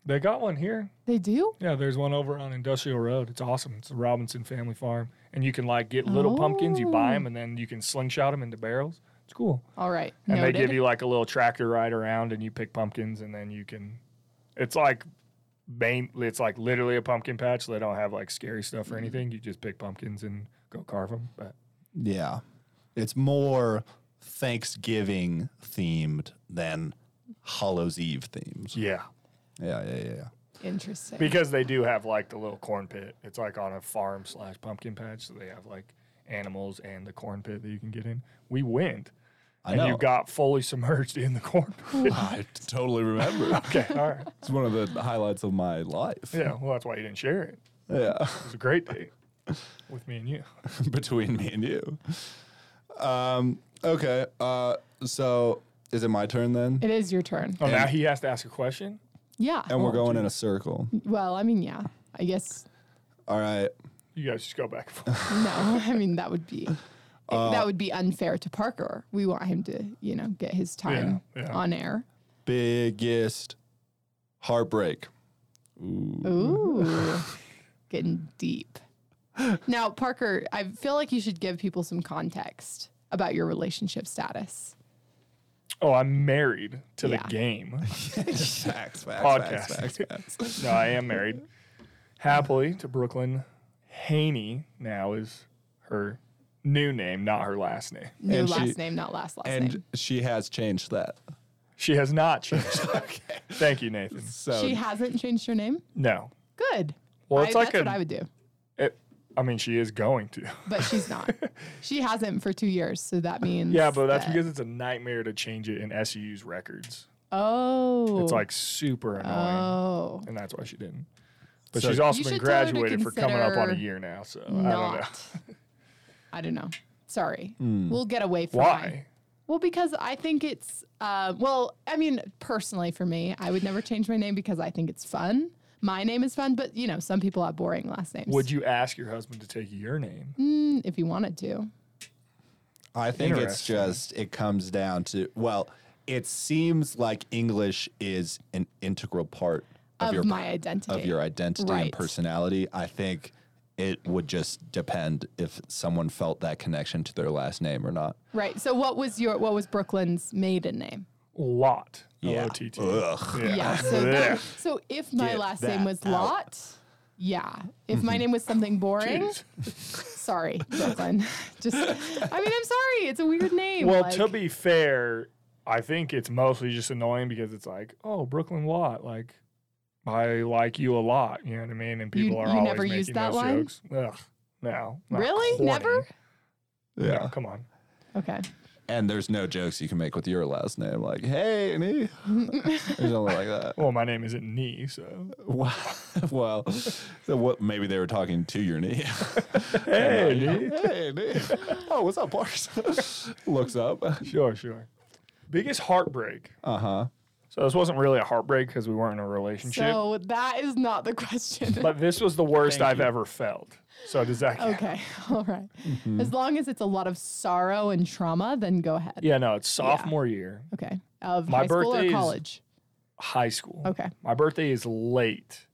[SPEAKER 3] They got one here.
[SPEAKER 1] They do.
[SPEAKER 3] Yeah, there's one over on Industrial Road. It's awesome. It's the Robinson Family Farm, and you can like get little pumpkins. You buy them, and then you can slingshot them into barrels. It's cool.
[SPEAKER 1] All right.
[SPEAKER 3] And
[SPEAKER 1] noted.
[SPEAKER 3] they give you like a little tractor ride around, and you pick pumpkins, and then you can. It's like, main. It's like literally a pumpkin patch. They don't have like scary stuff or anything. You just pick pumpkins and go carve them. But
[SPEAKER 2] Yeah. It's more Thanksgiving themed than Hallows Eve themes.
[SPEAKER 3] yeah,
[SPEAKER 2] Yeah, yeah, yeah. yeah.
[SPEAKER 1] Interesting.
[SPEAKER 3] because they do have like the little corn pit. It's like on a farm slash pumpkin patch, so they have like animals and the corn pit that you can get in. We went.
[SPEAKER 2] I
[SPEAKER 3] and
[SPEAKER 2] know.
[SPEAKER 3] you got fully submerged in the corn pit.
[SPEAKER 2] I totally remember.
[SPEAKER 3] okay, all right.
[SPEAKER 2] It's one of the highlights of my life.
[SPEAKER 3] Yeah, well, that's why you didn't share it.
[SPEAKER 2] Yeah.
[SPEAKER 3] It was a great day with me and you.
[SPEAKER 2] Between me and you. Um, okay. Uh, so is it my turn then?
[SPEAKER 1] it is your turn.
[SPEAKER 3] Oh, now he has to ask a question.
[SPEAKER 1] Yeah.
[SPEAKER 2] And we're going in a circle.
[SPEAKER 1] Well, I mean, yeah. I guess
[SPEAKER 2] All right.
[SPEAKER 3] You guys just go back and forth.
[SPEAKER 1] no. I mean, that would be
[SPEAKER 2] Uh,
[SPEAKER 1] that would be unfair to Parker. We want him to, you know, get his time
[SPEAKER 3] yeah.
[SPEAKER 1] on air.
[SPEAKER 2] Biggest heartbreak.
[SPEAKER 1] Ooh, getting deep. Now, Parker, I feel like you should give people some context about your relationship status.
[SPEAKER 3] Oh, I'm married to
[SPEAKER 1] Yeah.
[SPEAKER 3] the game.
[SPEAKER 2] facts, facts, facts,
[SPEAKER 3] Podcast.
[SPEAKER 2] facts, facts.
[SPEAKER 3] No, I am married happily to Brooklyn. Haney now is her new name, not her last name.
[SPEAKER 1] No
[SPEAKER 2] And
[SPEAKER 1] last
[SPEAKER 2] she-
[SPEAKER 1] name, not last last
[SPEAKER 2] And
[SPEAKER 1] name.
[SPEAKER 2] she has changed that.
[SPEAKER 3] She has not changed. Thank you, Nathan.
[SPEAKER 2] So
[SPEAKER 1] she hasn't changed her name.
[SPEAKER 3] No.
[SPEAKER 1] Good.
[SPEAKER 3] um, Well, it's
[SPEAKER 1] I,
[SPEAKER 3] like
[SPEAKER 1] that's what
[SPEAKER 3] a-
[SPEAKER 1] I would do,
[SPEAKER 3] It, I mean, she is going to.
[SPEAKER 1] but she's not. she hasn't for two years, so that means
[SPEAKER 3] Yeah, but that's
[SPEAKER 1] that-
[SPEAKER 3] because it's a nightmare to change it in SU's records.
[SPEAKER 1] oh,
[SPEAKER 3] It's like super annoying.
[SPEAKER 1] oh,
[SPEAKER 3] and that's why she didn't. But
[SPEAKER 2] So-
[SPEAKER 3] she's also
[SPEAKER 1] You
[SPEAKER 3] been
[SPEAKER 1] should tell her to
[SPEAKER 3] graduated for coming up on a
[SPEAKER 1] consider
[SPEAKER 3] year now, so I don't know
[SPEAKER 1] not. I don't know. Sorry, we'll get away from my-
[SPEAKER 3] Hmm. why.
[SPEAKER 1] Well, because I think it's, uh, well, I mean, personally for me, I would never change my name because I think it's fun. My name is fun, but you know, some people have boring last names.
[SPEAKER 3] Would you ask your husband to take your name?
[SPEAKER 1] Mm, if you wanted to.
[SPEAKER 2] I think it's
[SPEAKER 3] Interesting.
[SPEAKER 2] just it comes down to well, it seems like English is an integral part of,
[SPEAKER 1] Of
[SPEAKER 2] your
[SPEAKER 1] my identity.
[SPEAKER 2] of your identity
[SPEAKER 1] Right.
[SPEAKER 2] and personality. I think it would just depend if someone felt that connection to their last name or not.
[SPEAKER 1] Right. So what was your, what was Brooklyn's maiden name?
[SPEAKER 3] Lot.
[SPEAKER 2] Yeah.
[SPEAKER 3] L-O-T-T.
[SPEAKER 2] Ugh.
[SPEAKER 3] Yeah.
[SPEAKER 1] So, that,
[SPEAKER 3] Blech.
[SPEAKER 1] so if my
[SPEAKER 2] Get
[SPEAKER 1] last
[SPEAKER 2] that
[SPEAKER 1] name was
[SPEAKER 2] out.
[SPEAKER 1] Lot, yeah. If my name was something boring,
[SPEAKER 3] Mm-hmm. Jeez.
[SPEAKER 1] sorry, Brooklyn. Just, I mean, I'm sorry. It's a weird name.
[SPEAKER 3] well,
[SPEAKER 1] like-
[SPEAKER 3] to be fair, I think it's mostly just annoying because it's like, oh, Brooklyn Lot, like I like you a lot. You know what I mean? And
[SPEAKER 1] You-
[SPEAKER 3] people are
[SPEAKER 1] you
[SPEAKER 3] always
[SPEAKER 1] never
[SPEAKER 3] making
[SPEAKER 1] used that
[SPEAKER 3] those
[SPEAKER 1] line?
[SPEAKER 3] jokes. Ugh. No. not
[SPEAKER 1] Really?
[SPEAKER 3] corny.
[SPEAKER 1] Never?
[SPEAKER 3] No,
[SPEAKER 2] Yeah.
[SPEAKER 3] come on.
[SPEAKER 1] okay.
[SPEAKER 2] And there's no jokes you can make with your last name, like "Hey, Annie," or something like that.
[SPEAKER 3] Well, my name isn't Nee, so
[SPEAKER 2] Well, well, so what? Maybe they were talking to your knee.
[SPEAKER 3] Hey, Nee.
[SPEAKER 2] hey, Annie. Oh, what's up, Bars? Looks up.
[SPEAKER 3] Sure, sure. Biggest heartbreak.
[SPEAKER 2] Uh huh.
[SPEAKER 3] So this wasn't really a heartbreak because we weren't in a relationship.
[SPEAKER 1] So that is not the question.
[SPEAKER 3] but this was the worst
[SPEAKER 2] Thank
[SPEAKER 3] I've
[SPEAKER 2] you.
[SPEAKER 3] ever felt. So does that count?
[SPEAKER 1] Okay, all right.
[SPEAKER 3] Mm-hmm.
[SPEAKER 1] As long as it's a lot of sorrow and trauma, then go ahead.
[SPEAKER 3] Yeah, no, it's sophomore year,
[SPEAKER 1] Okay. Of
[SPEAKER 3] My
[SPEAKER 1] high school
[SPEAKER 3] birthday
[SPEAKER 1] or
[SPEAKER 3] is-
[SPEAKER 1] college?
[SPEAKER 3] high school.
[SPEAKER 1] Okay.
[SPEAKER 3] My birthday is late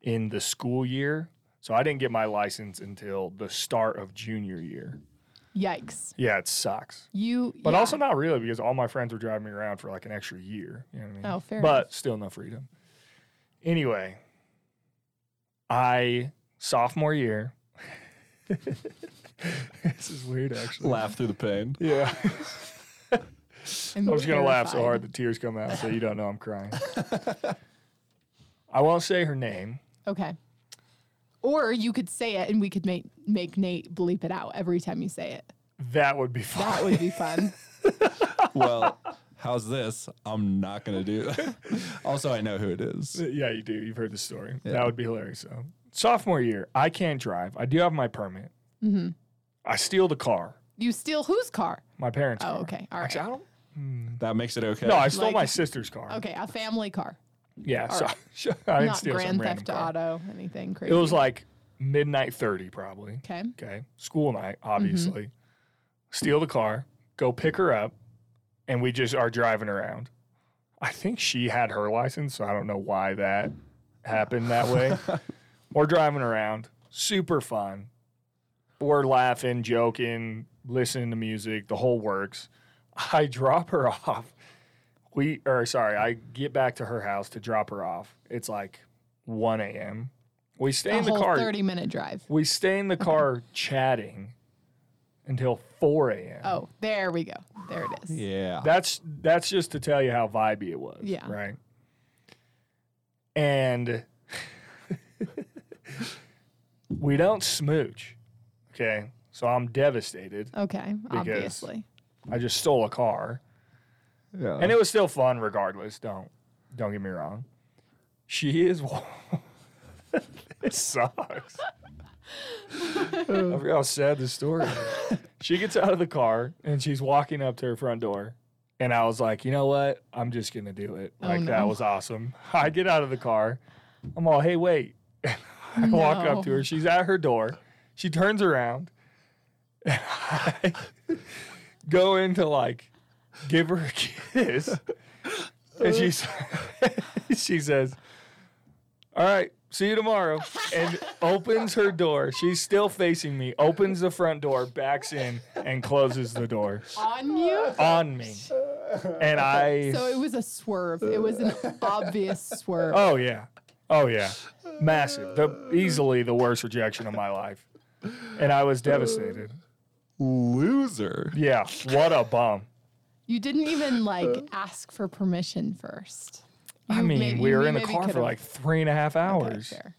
[SPEAKER 3] in the school year. So I didn't get my license until the start of junior year.
[SPEAKER 1] Yikes.
[SPEAKER 3] Yeah, it sucks.
[SPEAKER 1] You.
[SPEAKER 3] But
[SPEAKER 1] yeah.
[SPEAKER 3] also not really because all my friends were driving me around for like an extra year. You know what I mean?
[SPEAKER 1] Oh, fair
[SPEAKER 3] But still no freedom. Anyway, I sophomore year. this is weird actually.
[SPEAKER 2] Laugh through the pain.
[SPEAKER 3] Yeah.
[SPEAKER 1] I'm
[SPEAKER 3] I was going to laugh so
[SPEAKER 1] terrified.
[SPEAKER 3] hard the tears come out, so you don't know I'm crying. I won't say her name.
[SPEAKER 1] Okay. Or you could say it and we could make, make Nate bleep it out every time you say it.
[SPEAKER 3] That would be
[SPEAKER 1] That
[SPEAKER 3] fun.
[SPEAKER 1] would be fun.
[SPEAKER 2] well, how's this? I'm not gonna do that. also, I know who it is.
[SPEAKER 3] yeah, you do. You've heard the story.
[SPEAKER 2] Yeah.
[SPEAKER 3] That would be hilarious. So.
[SPEAKER 1] Mm-hmm.
[SPEAKER 3] Sophomore year, I can't drive. I do have my permit. I steal the car.
[SPEAKER 1] you steal whose car?
[SPEAKER 3] My parents.
[SPEAKER 1] Oh,
[SPEAKER 3] car.
[SPEAKER 1] okay. All right.
[SPEAKER 3] Actually, I don't.
[SPEAKER 2] That makes it okay.
[SPEAKER 3] No, I stole
[SPEAKER 1] Like-
[SPEAKER 3] my sister's car.
[SPEAKER 1] Okay, a family car,
[SPEAKER 3] Yeah,
[SPEAKER 1] All
[SPEAKER 3] so
[SPEAKER 1] right.
[SPEAKER 3] sure, I didn't
[SPEAKER 1] not
[SPEAKER 3] steal
[SPEAKER 1] Grand
[SPEAKER 3] some random
[SPEAKER 1] Theft
[SPEAKER 3] car.
[SPEAKER 1] Auto, anything
[SPEAKER 3] It
[SPEAKER 1] crazy.
[SPEAKER 3] was like midnight thirty probably.
[SPEAKER 1] okay,
[SPEAKER 3] Okay, school night,
[SPEAKER 1] Mm-hmm.
[SPEAKER 3] obviously. Steal the car, go pick her up, and we just are driving around. I think she had her license, so I don't know why that happened that way. We're driving around, super fun. We're laughing, joking, listening to music, the whole works. I drop her off. We or sorry, I get back to her house to drop her off. It's like 1 a.m. We stay
[SPEAKER 1] a
[SPEAKER 3] in the
[SPEAKER 1] whole
[SPEAKER 3] car.
[SPEAKER 1] thirty minute drive.
[SPEAKER 3] We stay in the car chatting until 4 a.m.
[SPEAKER 1] Oh, there we go. There it is.
[SPEAKER 2] Yeah.
[SPEAKER 3] That's that's just to tell you how vibey it was.
[SPEAKER 1] Yeah.
[SPEAKER 3] Right. And we don't smooch. Okay. So I'm devastated.
[SPEAKER 1] Okay, obviously.
[SPEAKER 3] I just stole a car.
[SPEAKER 2] yeah.
[SPEAKER 3] And it was still fun regardless. Don't don't get me wrong. She is It sucks. I forgot how sad this story is. She gets out of the car and she's walking up to her front door. And I was like, you know what? I'm just gonna do it.
[SPEAKER 1] Oh,
[SPEAKER 3] Like
[SPEAKER 1] no.
[SPEAKER 3] that was awesome. I get out of the car. I'm all, hey, wait. I walk
[SPEAKER 1] No.
[SPEAKER 3] up to her. She's at her door. She turns around. And I go in to like give her a kiss. And she's, she says, All right, see you tomorrow. And opens her door. She's still facing me, opens the front door, backs in, and closes the door
[SPEAKER 1] On you.
[SPEAKER 3] on me. And I.
[SPEAKER 1] So it was a swerve. It was an obvious swerve.
[SPEAKER 3] Oh yeah. Oh yeah. Massive. The easily the worst rejection of my life. And I was devastated.
[SPEAKER 2] Loser.
[SPEAKER 3] Yeah. What a bum.
[SPEAKER 1] You didn't even like ask for permission first.
[SPEAKER 3] uh, I
[SPEAKER 1] You
[SPEAKER 3] mean,
[SPEAKER 1] may-
[SPEAKER 3] we
[SPEAKER 1] you
[SPEAKER 3] were in the
[SPEAKER 1] maybe
[SPEAKER 3] car for
[SPEAKER 1] could've-
[SPEAKER 3] like three and a half
[SPEAKER 1] Okay,
[SPEAKER 3] hours.
[SPEAKER 1] fair.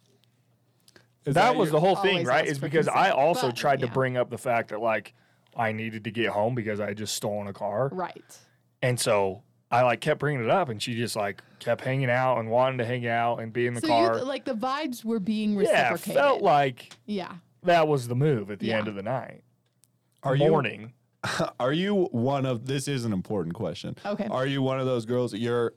[SPEAKER 2] Is
[SPEAKER 3] that
[SPEAKER 2] that
[SPEAKER 3] was
[SPEAKER 2] your-
[SPEAKER 3] the whole thing,
[SPEAKER 1] always
[SPEAKER 3] right?
[SPEAKER 1] ask
[SPEAKER 3] Is
[SPEAKER 1] for
[SPEAKER 3] because I
[SPEAKER 1] consent,
[SPEAKER 3] also
[SPEAKER 1] but,
[SPEAKER 3] tried
[SPEAKER 1] yeah.
[SPEAKER 3] to bring up the fact that like I needed to get home because I had just stolen a car.
[SPEAKER 1] Right.
[SPEAKER 3] And so I like kept bringing it up and she just like kept hanging out and wanting to hang out and be in the
[SPEAKER 1] so
[SPEAKER 3] car.
[SPEAKER 1] you like the vibes were being
[SPEAKER 3] yeah,
[SPEAKER 1] reciprocated.
[SPEAKER 3] felt like
[SPEAKER 1] yeah.
[SPEAKER 3] that was the move at the
[SPEAKER 1] Yeah.
[SPEAKER 3] end of the night.
[SPEAKER 2] Are you-
[SPEAKER 3] morning.
[SPEAKER 2] Are you one of this is an important question.
[SPEAKER 1] Okay.
[SPEAKER 2] Are you one of those girls that you're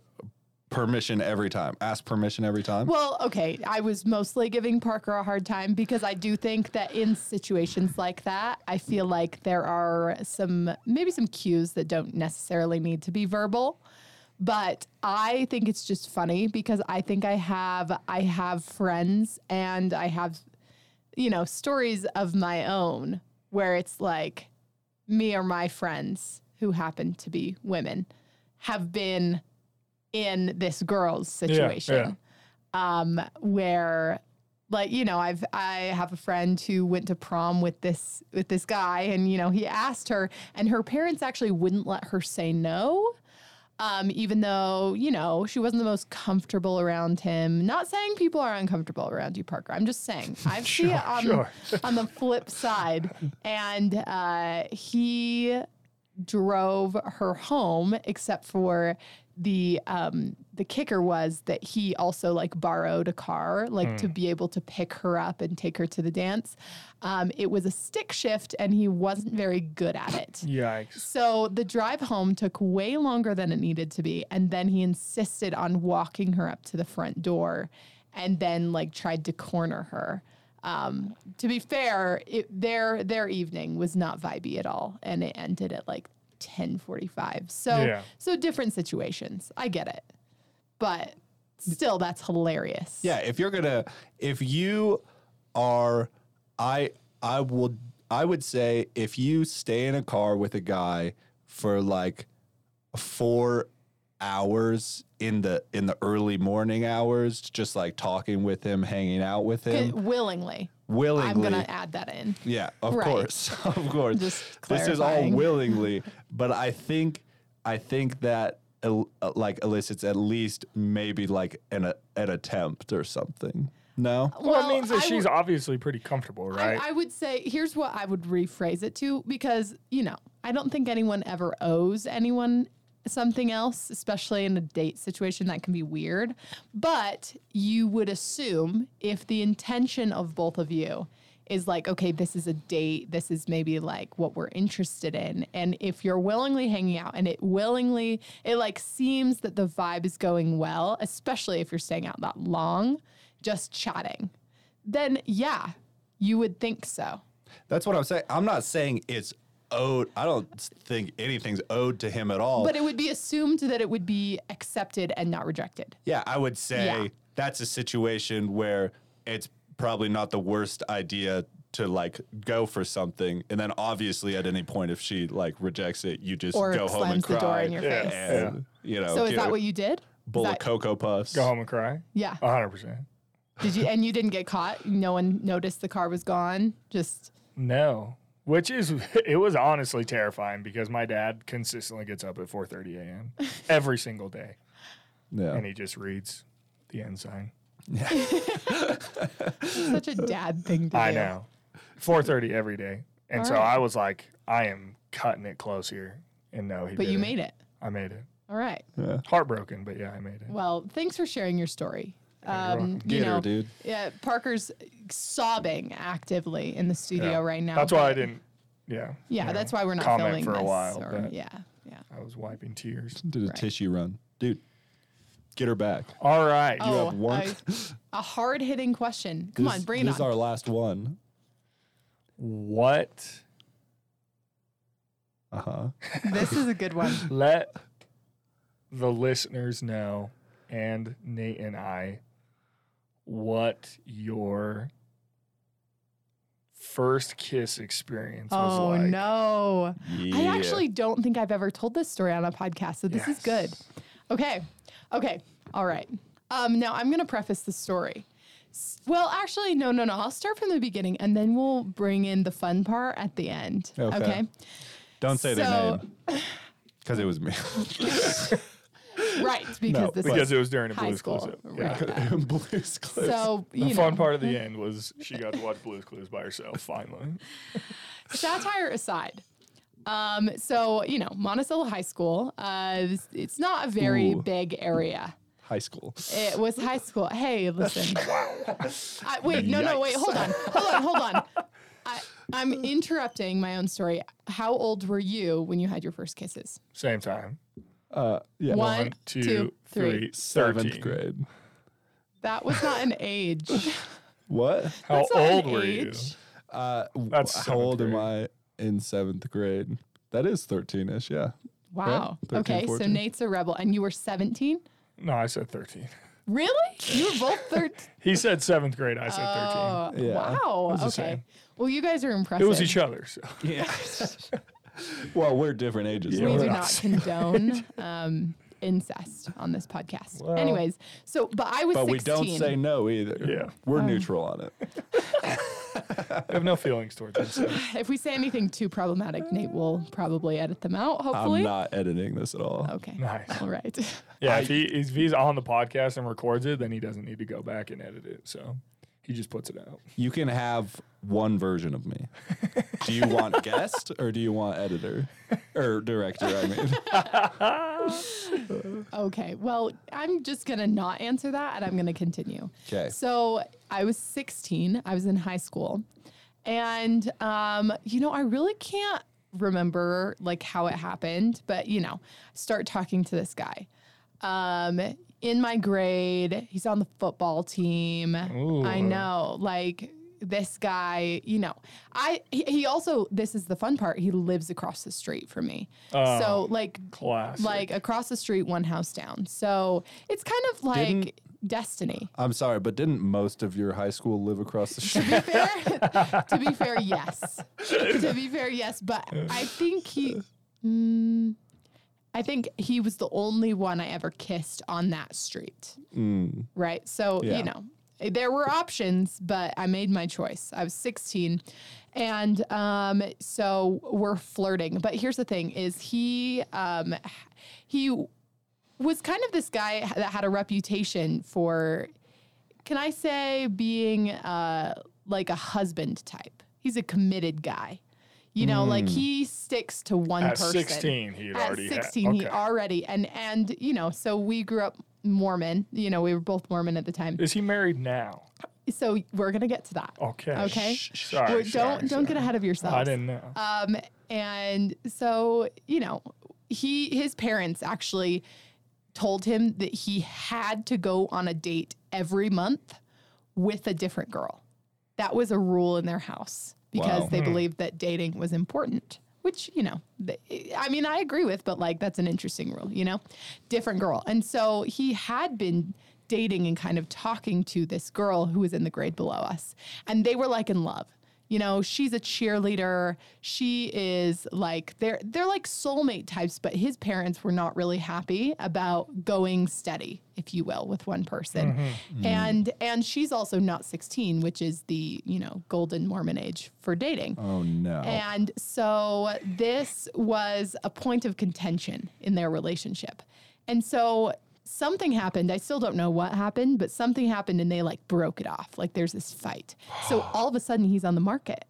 [SPEAKER 2] permission every time? Ask permission every time?
[SPEAKER 1] Well, okay. I was mostly giving Parker a hard time because I do think that in situations like that, I feel like there are some maybe some cues that don't necessarily need to be verbal. But I think it's just funny because I think I have I have friends and I have you know stories of my own where it's like me or my friends who happen to be women have been in this girl's situation um, where like you know i've i have a friend who went to prom with this with this guy and you know he asked her and her parents actually wouldn't let her say no um, even though you know she wasn't the most comfortable around him not saying people are uncomfortable around you parker i'm just saying i see it on,
[SPEAKER 3] sure.
[SPEAKER 1] on the flip side and uh, he drove her home except for the um the kicker was that he also like borrowed a car like to be able to pick her up and take her to the dance um it was a stick shift and he wasn't very good at it
[SPEAKER 3] Yikes.
[SPEAKER 1] so the drive home took way longer than it needed to be. And then he insisted on walking her up to the front door and then like tried to corner her. Um, to be fair, it, their their evening was not vibey at all, and it ended at like ten forty five. So
[SPEAKER 3] Yeah.
[SPEAKER 1] so different situations. I get it, but still, that's hilarious.
[SPEAKER 2] Yeah, if you're gonna, if you are, I I will I would say if you stay in a car with a guy for like four hours in the in the early morning hours, just like talking with him, hanging out with
[SPEAKER 1] Good-
[SPEAKER 2] him
[SPEAKER 1] willingly.
[SPEAKER 2] willingly.
[SPEAKER 1] I'm gonna add that in.
[SPEAKER 2] Yeah, of
[SPEAKER 1] Right.
[SPEAKER 2] course, of course.
[SPEAKER 1] Just
[SPEAKER 2] this is all
[SPEAKER 1] clarifying.
[SPEAKER 2] willingly, but I think I think that el- uh, like elicits at least maybe like an a, an attempt or something. No,
[SPEAKER 1] Oh.
[SPEAKER 3] Well, it means that
[SPEAKER 1] I
[SPEAKER 3] she's obviously pretty comfortable, right?
[SPEAKER 1] I, I would say here's what I would rephrase it to because you know I don't think anyone ever owes anyone something else, especially in a date situation that can be weird. But you would assume if the intention of both of you is like, okay, this is a date. This is maybe like what we're interested in. And if you're willingly hanging out and it willingly, it like seems that the vibe is going well, especially if you're staying out that long, just chatting, then yeah, you would think so.
[SPEAKER 2] That's what I'm saying. I'm not saying it's owed. I don't think anything's owed to him at all.
[SPEAKER 1] But it would be assumed that it would be accepted and not rejected.
[SPEAKER 2] yeah, I would say
[SPEAKER 1] Yeah.
[SPEAKER 2] that's a situation where it's probably not the worst idea to like go for something and then obviously at any point if she like rejects it you just
[SPEAKER 1] Or
[SPEAKER 2] go home and
[SPEAKER 1] slams the
[SPEAKER 2] cry
[SPEAKER 1] door in your
[SPEAKER 3] Yeah.
[SPEAKER 1] face.
[SPEAKER 2] and you know
[SPEAKER 1] So is
[SPEAKER 2] get
[SPEAKER 1] that
[SPEAKER 2] a
[SPEAKER 1] what you did? Is
[SPEAKER 2] bowl of
[SPEAKER 1] that-
[SPEAKER 2] cocoa puffs
[SPEAKER 3] Go home and cry.
[SPEAKER 1] Yeah.
[SPEAKER 3] A hundred percent.
[SPEAKER 1] Did you? And you didn't get caught. No one noticed the car was gone. Just
[SPEAKER 3] No. Which is it was honestly terrifying because my dad consistently gets up at four thirty AM every single day.
[SPEAKER 2] yeah
[SPEAKER 3] And he just reads the end sign.
[SPEAKER 1] such a dad thing to
[SPEAKER 3] I
[SPEAKER 1] do.
[SPEAKER 3] know. Four thirty every day. And
[SPEAKER 1] All
[SPEAKER 3] so
[SPEAKER 1] right.
[SPEAKER 3] I was like, I am cutting it close here. And no, he
[SPEAKER 1] But you
[SPEAKER 3] didn't.
[SPEAKER 1] made it.
[SPEAKER 3] I made it.
[SPEAKER 1] All right.
[SPEAKER 3] Heartbroken, but yeah, I made it.
[SPEAKER 1] Well, thanks for sharing your story.
[SPEAKER 3] you're
[SPEAKER 1] Um,
[SPEAKER 3] welcome.
[SPEAKER 1] you
[SPEAKER 2] get her
[SPEAKER 1] know,
[SPEAKER 2] dude
[SPEAKER 1] Yeah, Parker's sobbing actively in the studio
[SPEAKER 3] Yeah.
[SPEAKER 1] right now.
[SPEAKER 3] That's why I
[SPEAKER 1] but-
[SPEAKER 3] didn't yeah.
[SPEAKER 1] Yeah,
[SPEAKER 3] you
[SPEAKER 1] that's
[SPEAKER 3] know,
[SPEAKER 1] why we're not
[SPEAKER 3] comment
[SPEAKER 1] filming
[SPEAKER 3] for a
[SPEAKER 1] this,
[SPEAKER 3] while,
[SPEAKER 1] or-
[SPEAKER 3] but-
[SPEAKER 1] yeah, yeah.
[SPEAKER 3] I was wiping tears.
[SPEAKER 2] did a
[SPEAKER 1] Right.
[SPEAKER 2] tissue run dude get her back
[SPEAKER 3] All right.
[SPEAKER 1] oh,
[SPEAKER 2] have one-
[SPEAKER 1] I- a hard-hitting question. Come
[SPEAKER 2] this,
[SPEAKER 1] on, bring it
[SPEAKER 2] this is
[SPEAKER 1] on.
[SPEAKER 2] our last one
[SPEAKER 3] What
[SPEAKER 2] uh-huh
[SPEAKER 1] this is a good one.
[SPEAKER 3] let the listeners know and Nate and I what your first kiss experience was
[SPEAKER 1] Oh
[SPEAKER 3] like.
[SPEAKER 1] no. I
[SPEAKER 2] Yeah.
[SPEAKER 1] actually don't think I've ever told this story on a podcast, so this is good.
[SPEAKER 3] Yes.
[SPEAKER 1] Okay. Okay. All right. Um, now I'm going to preface the story. S- Well, actually, no, no, no. I'll start from the beginning and then we'll bring in the fun part at the end.
[SPEAKER 2] Okay.
[SPEAKER 1] Okay.
[SPEAKER 2] don't say their
[SPEAKER 1] So-
[SPEAKER 2] name because it was me
[SPEAKER 1] Right. Because
[SPEAKER 2] No,
[SPEAKER 1] this
[SPEAKER 3] Because
[SPEAKER 1] is
[SPEAKER 3] it was during a
[SPEAKER 1] high
[SPEAKER 3] Blues Clues.
[SPEAKER 1] school.
[SPEAKER 3] Yeah.
[SPEAKER 1] Right.
[SPEAKER 2] Blue's Clues.
[SPEAKER 1] so,
[SPEAKER 3] The
[SPEAKER 1] you know,
[SPEAKER 3] fun part of the end was she got to watch Blues Clues by herself finally.
[SPEAKER 1] satire aside. Um, so, you know, Monticello High School, uh, it's- it's not a very
[SPEAKER 2] Ooh.
[SPEAKER 1] big area.
[SPEAKER 2] high school
[SPEAKER 1] It was high school. Hey, listen. I, wait, no, no, wait, hold on, hold on, hold on. I, I'm interrupting my own story. How old were you when you had your first kisses?
[SPEAKER 3] Same time.
[SPEAKER 2] uh yeah
[SPEAKER 1] One,
[SPEAKER 3] One, two, three,
[SPEAKER 1] two, three.
[SPEAKER 2] seventh
[SPEAKER 3] 13.
[SPEAKER 2] grade
[SPEAKER 1] That was not an age.
[SPEAKER 2] what
[SPEAKER 3] How
[SPEAKER 1] That's not an
[SPEAKER 3] old were you?
[SPEAKER 1] age.
[SPEAKER 2] Uh, w-
[SPEAKER 3] That's
[SPEAKER 2] how
[SPEAKER 3] seventh
[SPEAKER 2] old am I
[SPEAKER 3] grade.
[SPEAKER 2] in seventh grade? That is 13 ish, yeah.
[SPEAKER 1] Wow.
[SPEAKER 2] 13,
[SPEAKER 1] okay, so
[SPEAKER 2] 14.
[SPEAKER 1] Nate's a rebel, and you were 17.
[SPEAKER 3] No, I said 13.
[SPEAKER 1] Really? You were both 13.
[SPEAKER 3] He said seventh grade. I said 13.
[SPEAKER 1] Oh,
[SPEAKER 2] Yeah,
[SPEAKER 1] wow.
[SPEAKER 3] was the
[SPEAKER 1] Okay.
[SPEAKER 3] same.
[SPEAKER 1] Well, you guys are impressive.
[SPEAKER 3] It was each other. So.
[SPEAKER 2] Yeah. well, we're different ages.
[SPEAKER 3] Yeah,
[SPEAKER 1] we
[SPEAKER 2] though.
[SPEAKER 3] we're
[SPEAKER 1] do
[SPEAKER 3] not
[SPEAKER 1] not
[SPEAKER 3] saying
[SPEAKER 1] condone um, incest on this podcast.
[SPEAKER 3] Well.
[SPEAKER 1] Anyways, so but I was
[SPEAKER 2] But
[SPEAKER 1] 16.
[SPEAKER 2] we don't say no either.
[SPEAKER 3] Yeah.
[SPEAKER 1] Um,
[SPEAKER 2] We're neutral on it.
[SPEAKER 3] I have no feelings towards him.
[SPEAKER 1] If we say anything too problematic, Nate will probably edit them out, hopefully.
[SPEAKER 2] I'm not editing this at all.
[SPEAKER 1] Okay.
[SPEAKER 3] Nice.
[SPEAKER 1] All right.
[SPEAKER 3] Yeah, if, he, if he's on the podcast and records it, then he doesn't need to go back and edit it. So he just puts it out.
[SPEAKER 2] You can have one version of me. do you want guest or do you want editor or director? I mean,
[SPEAKER 1] Okay. Well, I'm just going to not answer that and I'm going to continue.
[SPEAKER 2] 'Kay.
[SPEAKER 1] So I was 16, I was in high school. And, um, you know, I really can't remember like how it happened, but, you know, start talking to this guy. Um, in my grade, he's on the football team. I
[SPEAKER 3] Ooh.
[SPEAKER 1] know, like this guy, you know, I he, he also this is the fun part. He lives across the street from me, so
[SPEAKER 3] Oh.
[SPEAKER 1] like
[SPEAKER 3] Class.
[SPEAKER 1] like across the street, one house down. So it's kind of like
[SPEAKER 2] Didn't-
[SPEAKER 1] destiny.
[SPEAKER 2] I'm sorry, but didn't most of your high school live across the
[SPEAKER 1] To
[SPEAKER 2] street?
[SPEAKER 1] be fair, to be fair, yes. to be fair, yes. But I think he, mm, I think he was the only one I ever kissed on that street.
[SPEAKER 2] Mm,
[SPEAKER 1] right? So,
[SPEAKER 2] Yeah.
[SPEAKER 1] you know, there were options, but I made my choice. I was 16. And um, so we're flirting. But here's the thing is he um, he was kind of this guy that had a reputation for can I say being uh, like a husband type. He's a committed guy. You know, like he sticks to one
[SPEAKER 3] At
[SPEAKER 1] person
[SPEAKER 3] 16, he had
[SPEAKER 1] at
[SPEAKER 3] already
[SPEAKER 1] 16
[SPEAKER 3] had.
[SPEAKER 1] he
[SPEAKER 3] okay.
[SPEAKER 1] already and and you know so we grew up mormon you know we were both mormon at the time
[SPEAKER 3] Is he married now?
[SPEAKER 1] so we're gonna get to that.
[SPEAKER 3] Okay.
[SPEAKER 1] Okay.
[SPEAKER 3] Shh, shh, Sorry.
[SPEAKER 1] We're- don't
[SPEAKER 3] sorry,
[SPEAKER 1] don't get
[SPEAKER 3] sorry.
[SPEAKER 1] ahead of yourself.
[SPEAKER 3] I didn't know.
[SPEAKER 1] Um, and so you know, he his parents actually told him that he had to go on a date every month with a different girl. That was a rule in their house because
[SPEAKER 2] Wow.
[SPEAKER 1] they believed that dating was important. Which you know, th- I mean, I agree with, but like that's an interesting rule, you know, different girl. And so he had been dating and kind of talking to this girl who was in the grade below us, and they were like in love. You know, she's a cheerleader. She is like they're they're like soulmate types, but his parents were not really happy about going steady, if you will, with one person. And and she's also not 16, which is the, you know, golden Mormon age for dating.
[SPEAKER 2] Oh no.
[SPEAKER 1] And so this was a point of contention in their relationship. And so something happened. I still don't know what happened, but something happened and they like broke it off. Like there's this fight. So all of a sudden he's on the market.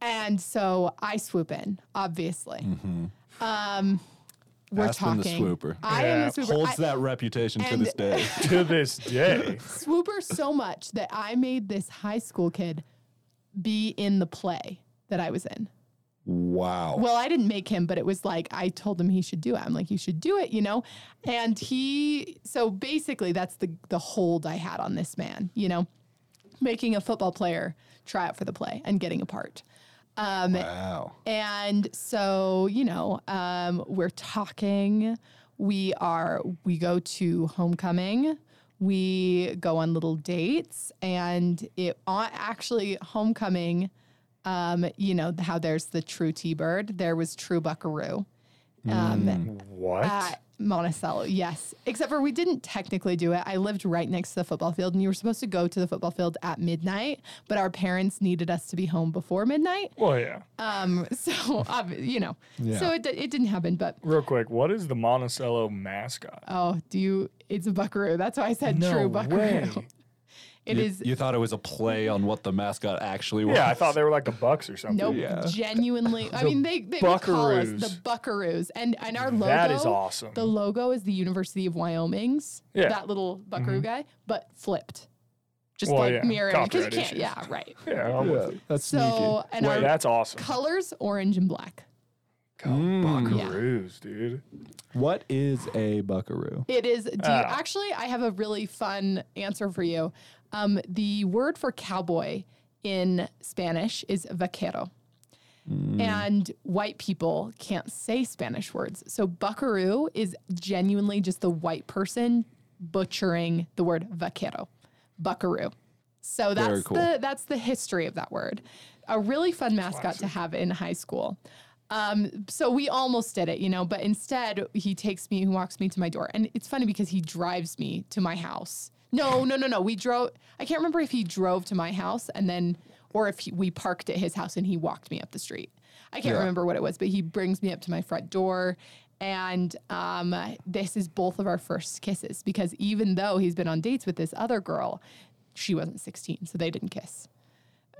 [SPEAKER 1] And so I swoop in, obviously. Um, we're
[SPEAKER 2] Aspen Mm-hmm. the
[SPEAKER 1] talking.
[SPEAKER 2] swooper.
[SPEAKER 1] I am
[SPEAKER 3] Yeah,
[SPEAKER 1] a swooper.
[SPEAKER 2] Holds
[SPEAKER 1] I-
[SPEAKER 2] that reputation to
[SPEAKER 1] and-
[SPEAKER 2] this day.
[SPEAKER 3] to this day.
[SPEAKER 1] swooper so much that I made this high school kid be in the play that I was in.
[SPEAKER 2] wow.
[SPEAKER 1] Well, I didn't make him, but it was like I told him he should do it. I'm like, you should do it, you know? And he so basically that's the the hold I had on this man, you know, making a football player try out for the play and getting a part. Um,
[SPEAKER 2] wow.
[SPEAKER 1] and so, you know, um, we're talking. We are, we go to homecoming. We go on little dates. And it on, actually, homecoming, um, you know, how there's the true T Bird, there was true Buckaroo. Um,
[SPEAKER 3] What?
[SPEAKER 1] At Monticello, yes. Except for we didn't technically do it. I lived right next to the football field, and you were supposed to go to the football field at midnight, but our parents needed us to be home before midnight.
[SPEAKER 3] well, yeah.
[SPEAKER 1] Um, so ob- you know, so
[SPEAKER 2] Yeah.
[SPEAKER 1] it, di- it didn't happen. But
[SPEAKER 3] Real quick, what is the Monticello mascot?
[SPEAKER 1] oh, do you? It's a buckaroo. That's why I said true buckaroo. It
[SPEAKER 2] you,
[SPEAKER 1] is
[SPEAKER 2] you thought it was a play on what the mascot actually was.
[SPEAKER 3] Yeah, I thought they were like the Bucks or something.
[SPEAKER 1] nope.
[SPEAKER 2] Yeah.
[SPEAKER 1] Genuinely, I mean they they would call us the
[SPEAKER 3] buckaroos.
[SPEAKER 1] buckaroos, and and our logo.
[SPEAKER 3] That is awesome.
[SPEAKER 1] The logo is the University of Wyoming's.
[SPEAKER 3] Yeah.
[SPEAKER 1] That little buckaroo guy, but flipped. Just
[SPEAKER 3] Mm-hmm. Well,
[SPEAKER 1] like
[SPEAKER 3] yeah.
[SPEAKER 1] mirroring because you
[SPEAKER 3] Copyright
[SPEAKER 1] can't.
[SPEAKER 3] issues.
[SPEAKER 1] Yeah, right.
[SPEAKER 3] yeah, I'm with
[SPEAKER 2] Yeah,
[SPEAKER 3] it.
[SPEAKER 2] that's
[SPEAKER 1] So and
[SPEAKER 3] Wait,
[SPEAKER 1] our
[SPEAKER 3] that's awesome.
[SPEAKER 1] colors orange and black.
[SPEAKER 3] God, Buckaroos, dude.
[SPEAKER 2] sneaky. What is a buckaroo?
[SPEAKER 1] It is. Do you,
[SPEAKER 3] Ah.
[SPEAKER 1] actually, I have a really fun answer for you. Um, the word for cowboy in Spanish is vaquero. And white people can't say Spanish words. So buckaroo is genuinely just the white person butchering the word vaquero, buckaroo. So that's
[SPEAKER 2] cool.
[SPEAKER 1] the that's the history of that word. A really fun mascot to have in high school. Um, so we almost did it, you know, but instead he takes me, he walks me to my door. And it's funny because he drives me to my house. No, no, no, no. We drove, I can't remember if he drove to my house and then, or if he, we parked at his house and he walked me up the street. I can't remember what it was, but he brings me up to my front door. And um, this is both of our first kisses because even though he's been on dates with this other girl, she wasn't 16, so they didn't kiss.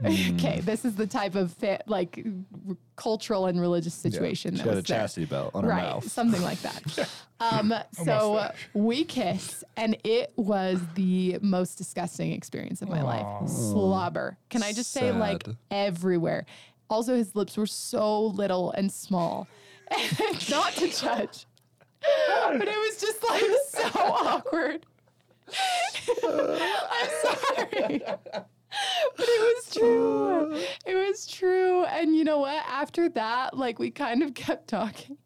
[SPEAKER 2] Mm.
[SPEAKER 1] Okay, this is the type of fa- like r- cultural and religious situation
[SPEAKER 2] She
[SPEAKER 1] that
[SPEAKER 2] had a
[SPEAKER 1] was there.
[SPEAKER 2] chastity belt on her
[SPEAKER 1] right,
[SPEAKER 2] mouth.
[SPEAKER 1] something like that. um, so uh, we kiss, and it was the most disgusting experience of my life. Slobber. Can I just say, like
[SPEAKER 2] Sad.
[SPEAKER 1] everywhere. Also, his lips were so little and small. Not to judge, but it was just like so awkward. I'm sorry. But it was true. It was true. And you know what? After that, like we kind of kept talking.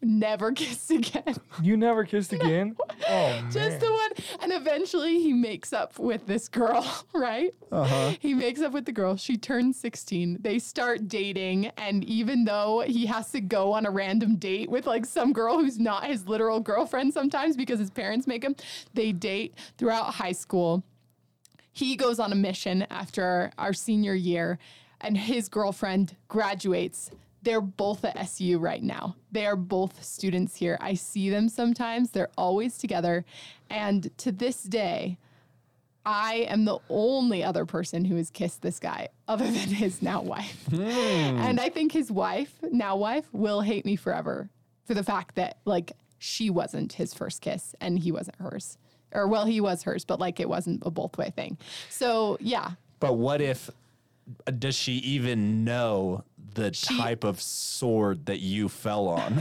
[SPEAKER 1] Never kissed again.
[SPEAKER 3] You never kissed again? Oh,
[SPEAKER 1] Just the one. And eventually he makes up with this girl, right? Uh-huh. He makes up with the girl. She turns 16. They start dating. And even though he has to go on a random date with like some girl who's not his literal girlfriend sometimes because his parents make him, they date throughout high school. He goes on a mission after our senior year, and his girlfriend graduates. They're both at SU right now. They are both students here. I see them sometimes. They're always together. And to this day, I am the only other person who has kissed this guy other than his now wife.
[SPEAKER 2] Hmm.
[SPEAKER 1] And I think his wife, now wife, will hate me forever for the fact that, like, she wasn't his first kiss and he wasn't hers. or well, he was hers, but like it wasn't a both way thing. So yeah,
[SPEAKER 4] But what if
[SPEAKER 2] uh,
[SPEAKER 4] does she even know the type of sword that you fell on?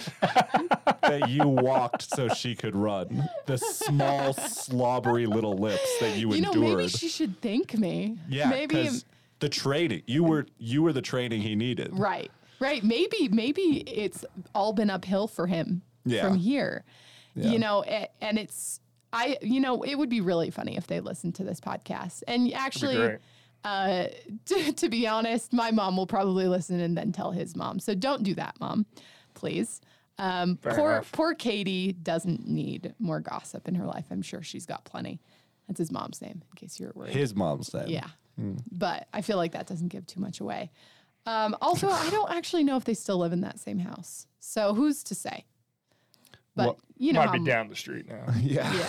[SPEAKER 2] that you walked so she could run. The small, slobbery little lips that you,
[SPEAKER 1] you know,
[SPEAKER 2] endured.
[SPEAKER 1] maybe she should thank me.
[SPEAKER 2] yeah,
[SPEAKER 1] maybe
[SPEAKER 2] 'cause the training you were you were the training he needed.
[SPEAKER 1] right, right. Maybe maybe it's all been uphill for him
[SPEAKER 2] Yeah.
[SPEAKER 1] from here.
[SPEAKER 2] Yeah.
[SPEAKER 1] You know, a- and it's I. You know, it would be really funny if they listened to this podcast. And actually,
[SPEAKER 3] great.
[SPEAKER 1] uh, to, to be honest, my mom will probably listen and then tell his mom. So don't do that, mom, please. Um,
[SPEAKER 3] Fair
[SPEAKER 1] poor
[SPEAKER 3] enough.
[SPEAKER 1] poor Katie doesn't need more gossip in her life. I'm sure she's got plenty. That's his mom's name, in case you were worried.
[SPEAKER 2] His mom's name.
[SPEAKER 1] Yeah.
[SPEAKER 3] Mm.
[SPEAKER 1] But I feel like that doesn't give too much away. Um, also, I don't actually know if they still live in that same house. So who's to say? But
[SPEAKER 2] Well,
[SPEAKER 1] you know,
[SPEAKER 3] Might
[SPEAKER 1] how
[SPEAKER 3] be
[SPEAKER 1] m-
[SPEAKER 3] down the street now.
[SPEAKER 2] Yeah.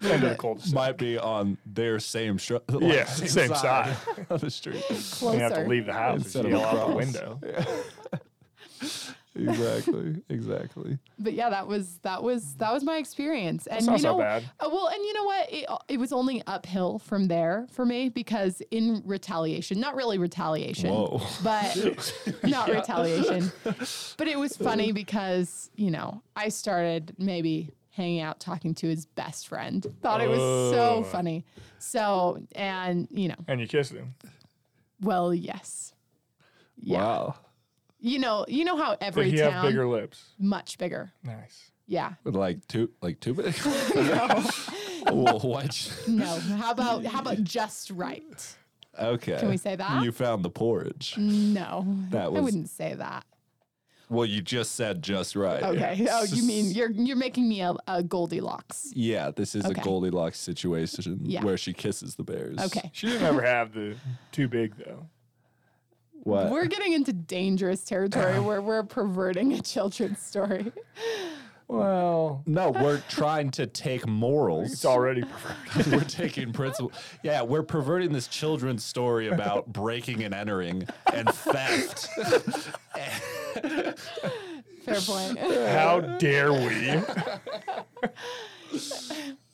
[SPEAKER 1] Yeah.
[SPEAKER 3] End of the cul-de-sac.
[SPEAKER 2] Might be on their same str- like,
[SPEAKER 3] Yeah, same
[SPEAKER 2] of the street.
[SPEAKER 3] You
[SPEAKER 1] Closer.
[SPEAKER 3] have to leave the house
[SPEAKER 2] Instead
[SPEAKER 3] and
[SPEAKER 2] of
[SPEAKER 3] yell out the
[SPEAKER 2] across.
[SPEAKER 3] window.
[SPEAKER 2] exactly. Exactly.
[SPEAKER 1] But yeah, that was that was that was my experience. And
[SPEAKER 3] not
[SPEAKER 1] you
[SPEAKER 3] so
[SPEAKER 1] know,
[SPEAKER 3] bad.
[SPEAKER 1] uh, well, and you know what? It, it was only uphill from there for me because in retaliation, not really retaliation,
[SPEAKER 2] Whoa.
[SPEAKER 1] but not retaliation. But it was funny because, you know, I started maybe hanging out talking to his best friend. Thought it was
[SPEAKER 3] Oh.
[SPEAKER 1] so funny. So, and, you know,
[SPEAKER 3] And you kissed him.
[SPEAKER 1] well, yes. Yeah.
[SPEAKER 2] Wow.
[SPEAKER 1] You know, you know how
[SPEAKER 3] Did
[SPEAKER 1] every
[SPEAKER 3] he
[SPEAKER 1] town
[SPEAKER 3] have bigger lips?
[SPEAKER 1] much bigger.
[SPEAKER 3] Nice.
[SPEAKER 1] Yeah.
[SPEAKER 2] With like two like two big. Well, what?
[SPEAKER 1] No. How about how about just right?
[SPEAKER 2] Okay.
[SPEAKER 1] Can we say that?
[SPEAKER 2] You found the porridge.
[SPEAKER 1] No.
[SPEAKER 2] That
[SPEAKER 1] I
[SPEAKER 2] was-
[SPEAKER 1] wouldn't say that.
[SPEAKER 2] Well, you just said just right.
[SPEAKER 1] Okay. Oh, you mean you're you're making me a, a Goldilocks.
[SPEAKER 2] Yeah, this is
[SPEAKER 1] Okay.
[SPEAKER 2] a Goldilocks situation
[SPEAKER 1] Yeah.
[SPEAKER 2] where she kisses the bears.
[SPEAKER 1] Okay.
[SPEAKER 3] She didn't ever have the too big though.
[SPEAKER 2] What?
[SPEAKER 1] We're getting into dangerous territory where we're perverting a children's story.
[SPEAKER 3] Well,
[SPEAKER 2] no, we're trying to take morals.
[SPEAKER 3] it's already perverted.
[SPEAKER 2] we're taking principle. Yeah, we're perverting this children's story about breaking and entering and theft.
[SPEAKER 1] Fair point.
[SPEAKER 3] How dare we?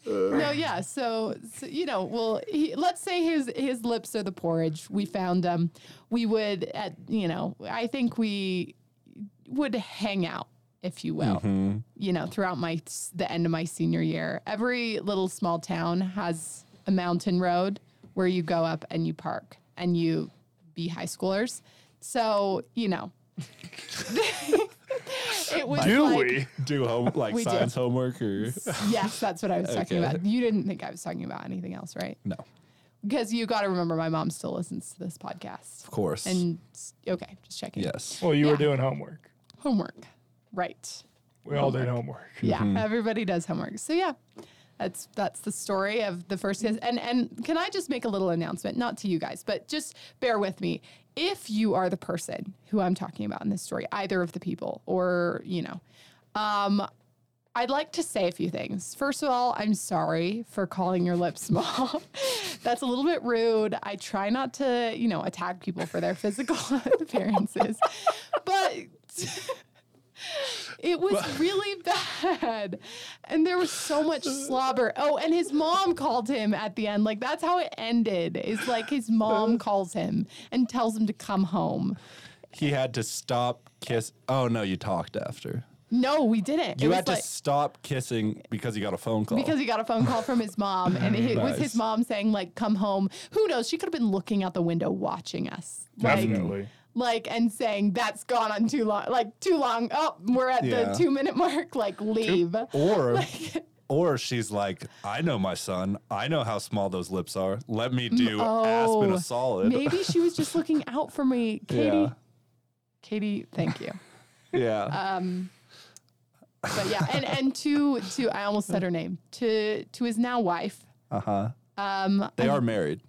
[SPEAKER 1] no, yeah. So, so you know, well, he, let's say his his lips are the porridge. We found um, we would at you know, I think we would hang out, if you will,
[SPEAKER 3] Mm-hmm.
[SPEAKER 1] you know, throughout my the end of my senior year. Every little small town has a mountain road where you go up and you park and you be high schoolers. So you know, it was
[SPEAKER 3] Do
[SPEAKER 1] like-
[SPEAKER 3] we?
[SPEAKER 2] Do home like
[SPEAKER 1] We do.
[SPEAKER 2] science homework or
[SPEAKER 1] Yes, that's what I was talking
[SPEAKER 2] Okay.
[SPEAKER 1] about. You didn't think I was talking about anything else, right?
[SPEAKER 2] no?
[SPEAKER 1] Because you got to remember, my mom still listens to this podcast.
[SPEAKER 2] Of course.
[SPEAKER 1] And s- okay, just checking.
[SPEAKER 2] yes.
[SPEAKER 3] Well, you
[SPEAKER 1] Yeah.
[SPEAKER 3] were doing homework.
[SPEAKER 1] Homework. Right.
[SPEAKER 3] We all did homework.
[SPEAKER 1] Yeah. Everybody does homework. So yeah. That's that's the story of the first kiss. And and can I just make a little announcement? Not to you guys, but just bear with me. If you are the person who I'm talking about in this story, either of the people or, you know, um, I'd like to say a few things. First of all, I'm sorry for calling your lips small. That's a little bit rude. I try not to, you know, attack people for their physical appearances, but it was really bad. And there was so much slobber. Oh, and his mom called him at the end. Like, that's how it ended. Is like his mom calls him and tells him to come home.
[SPEAKER 2] He had to stop kiss. Oh no, you talked after.
[SPEAKER 1] No, we didn't.
[SPEAKER 2] You
[SPEAKER 1] it
[SPEAKER 2] had
[SPEAKER 1] was
[SPEAKER 2] to stop kissing because he got a phone call.
[SPEAKER 1] because he got a phone call from his mom and it was his
[SPEAKER 2] Nice.
[SPEAKER 1] mom saying like come home who knows she could have been looking out the window watching us like
[SPEAKER 3] Definitely.
[SPEAKER 1] like and saying that's gone on too long like too long oh we're at
[SPEAKER 2] Yeah.
[SPEAKER 1] the two minute mark like leave
[SPEAKER 2] Or or she's like, I know my son. I know how small those lips are. Let me do Aspen
[SPEAKER 1] oh,
[SPEAKER 2] a solid.
[SPEAKER 1] maybe she was just looking out for me katie
[SPEAKER 2] Yeah.
[SPEAKER 1] katie thank you
[SPEAKER 2] Yeah.
[SPEAKER 1] um but yeah and and to to i almost said her name to to his now wife
[SPEAKER 2] uh-huh.
[SPEAKER 1] um
[SPEAKER 2] They are married.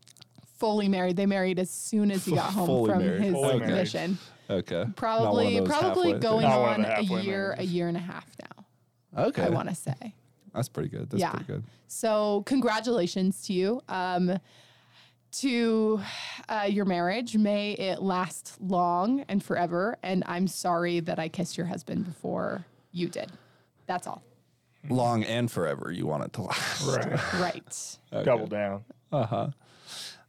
[SPEAKER 1] fully married they married as soon as he got home
[SPEAKER 2] Fully
[SPEAKER 1] from
[SPEAKER 2] married.
[SPEAKER 1] his
[SPEAKER 3] Fully married.
[SPEAKER 1] mission
[SPEAKER 2] Okay. Not one of
[SPEAKER 1] probably
[SPEAKER 2] those
[SPEAKER 1] probably
[SPEAKER 2] halfway
[SPEAKER 1] going
[SPEAKER 3] Not one of
[SPEAKER 1] on
[SPEAKER 3] the
[SPEAKER 1] a
[SPEAKER 3] halfway
[SPEAKER 1] year a
[SPEAKER 3] marriages.
[SPEAKER 1] year and a half now
[SPEAKER 2] things. Okay.
[SPEAKER 1] i want to say
[SPEAKER 2] That's pretty good. That's
[SPEAKER 1] Yeah.
[SPEAKER 2] pretty good.
[SPEAKER 1] so congratulations to you um, to uh, your marriage may it last long and forever and i'm sorry that i kissed your husband before you did that's all
[SPEAKER 2] long and forever. You want it to last.
[SPEAKER 3] Right.
[SPEAKER 1] Right.
[SPEAKER 3] Double down.
[SPEAKER 2] Uh-huh.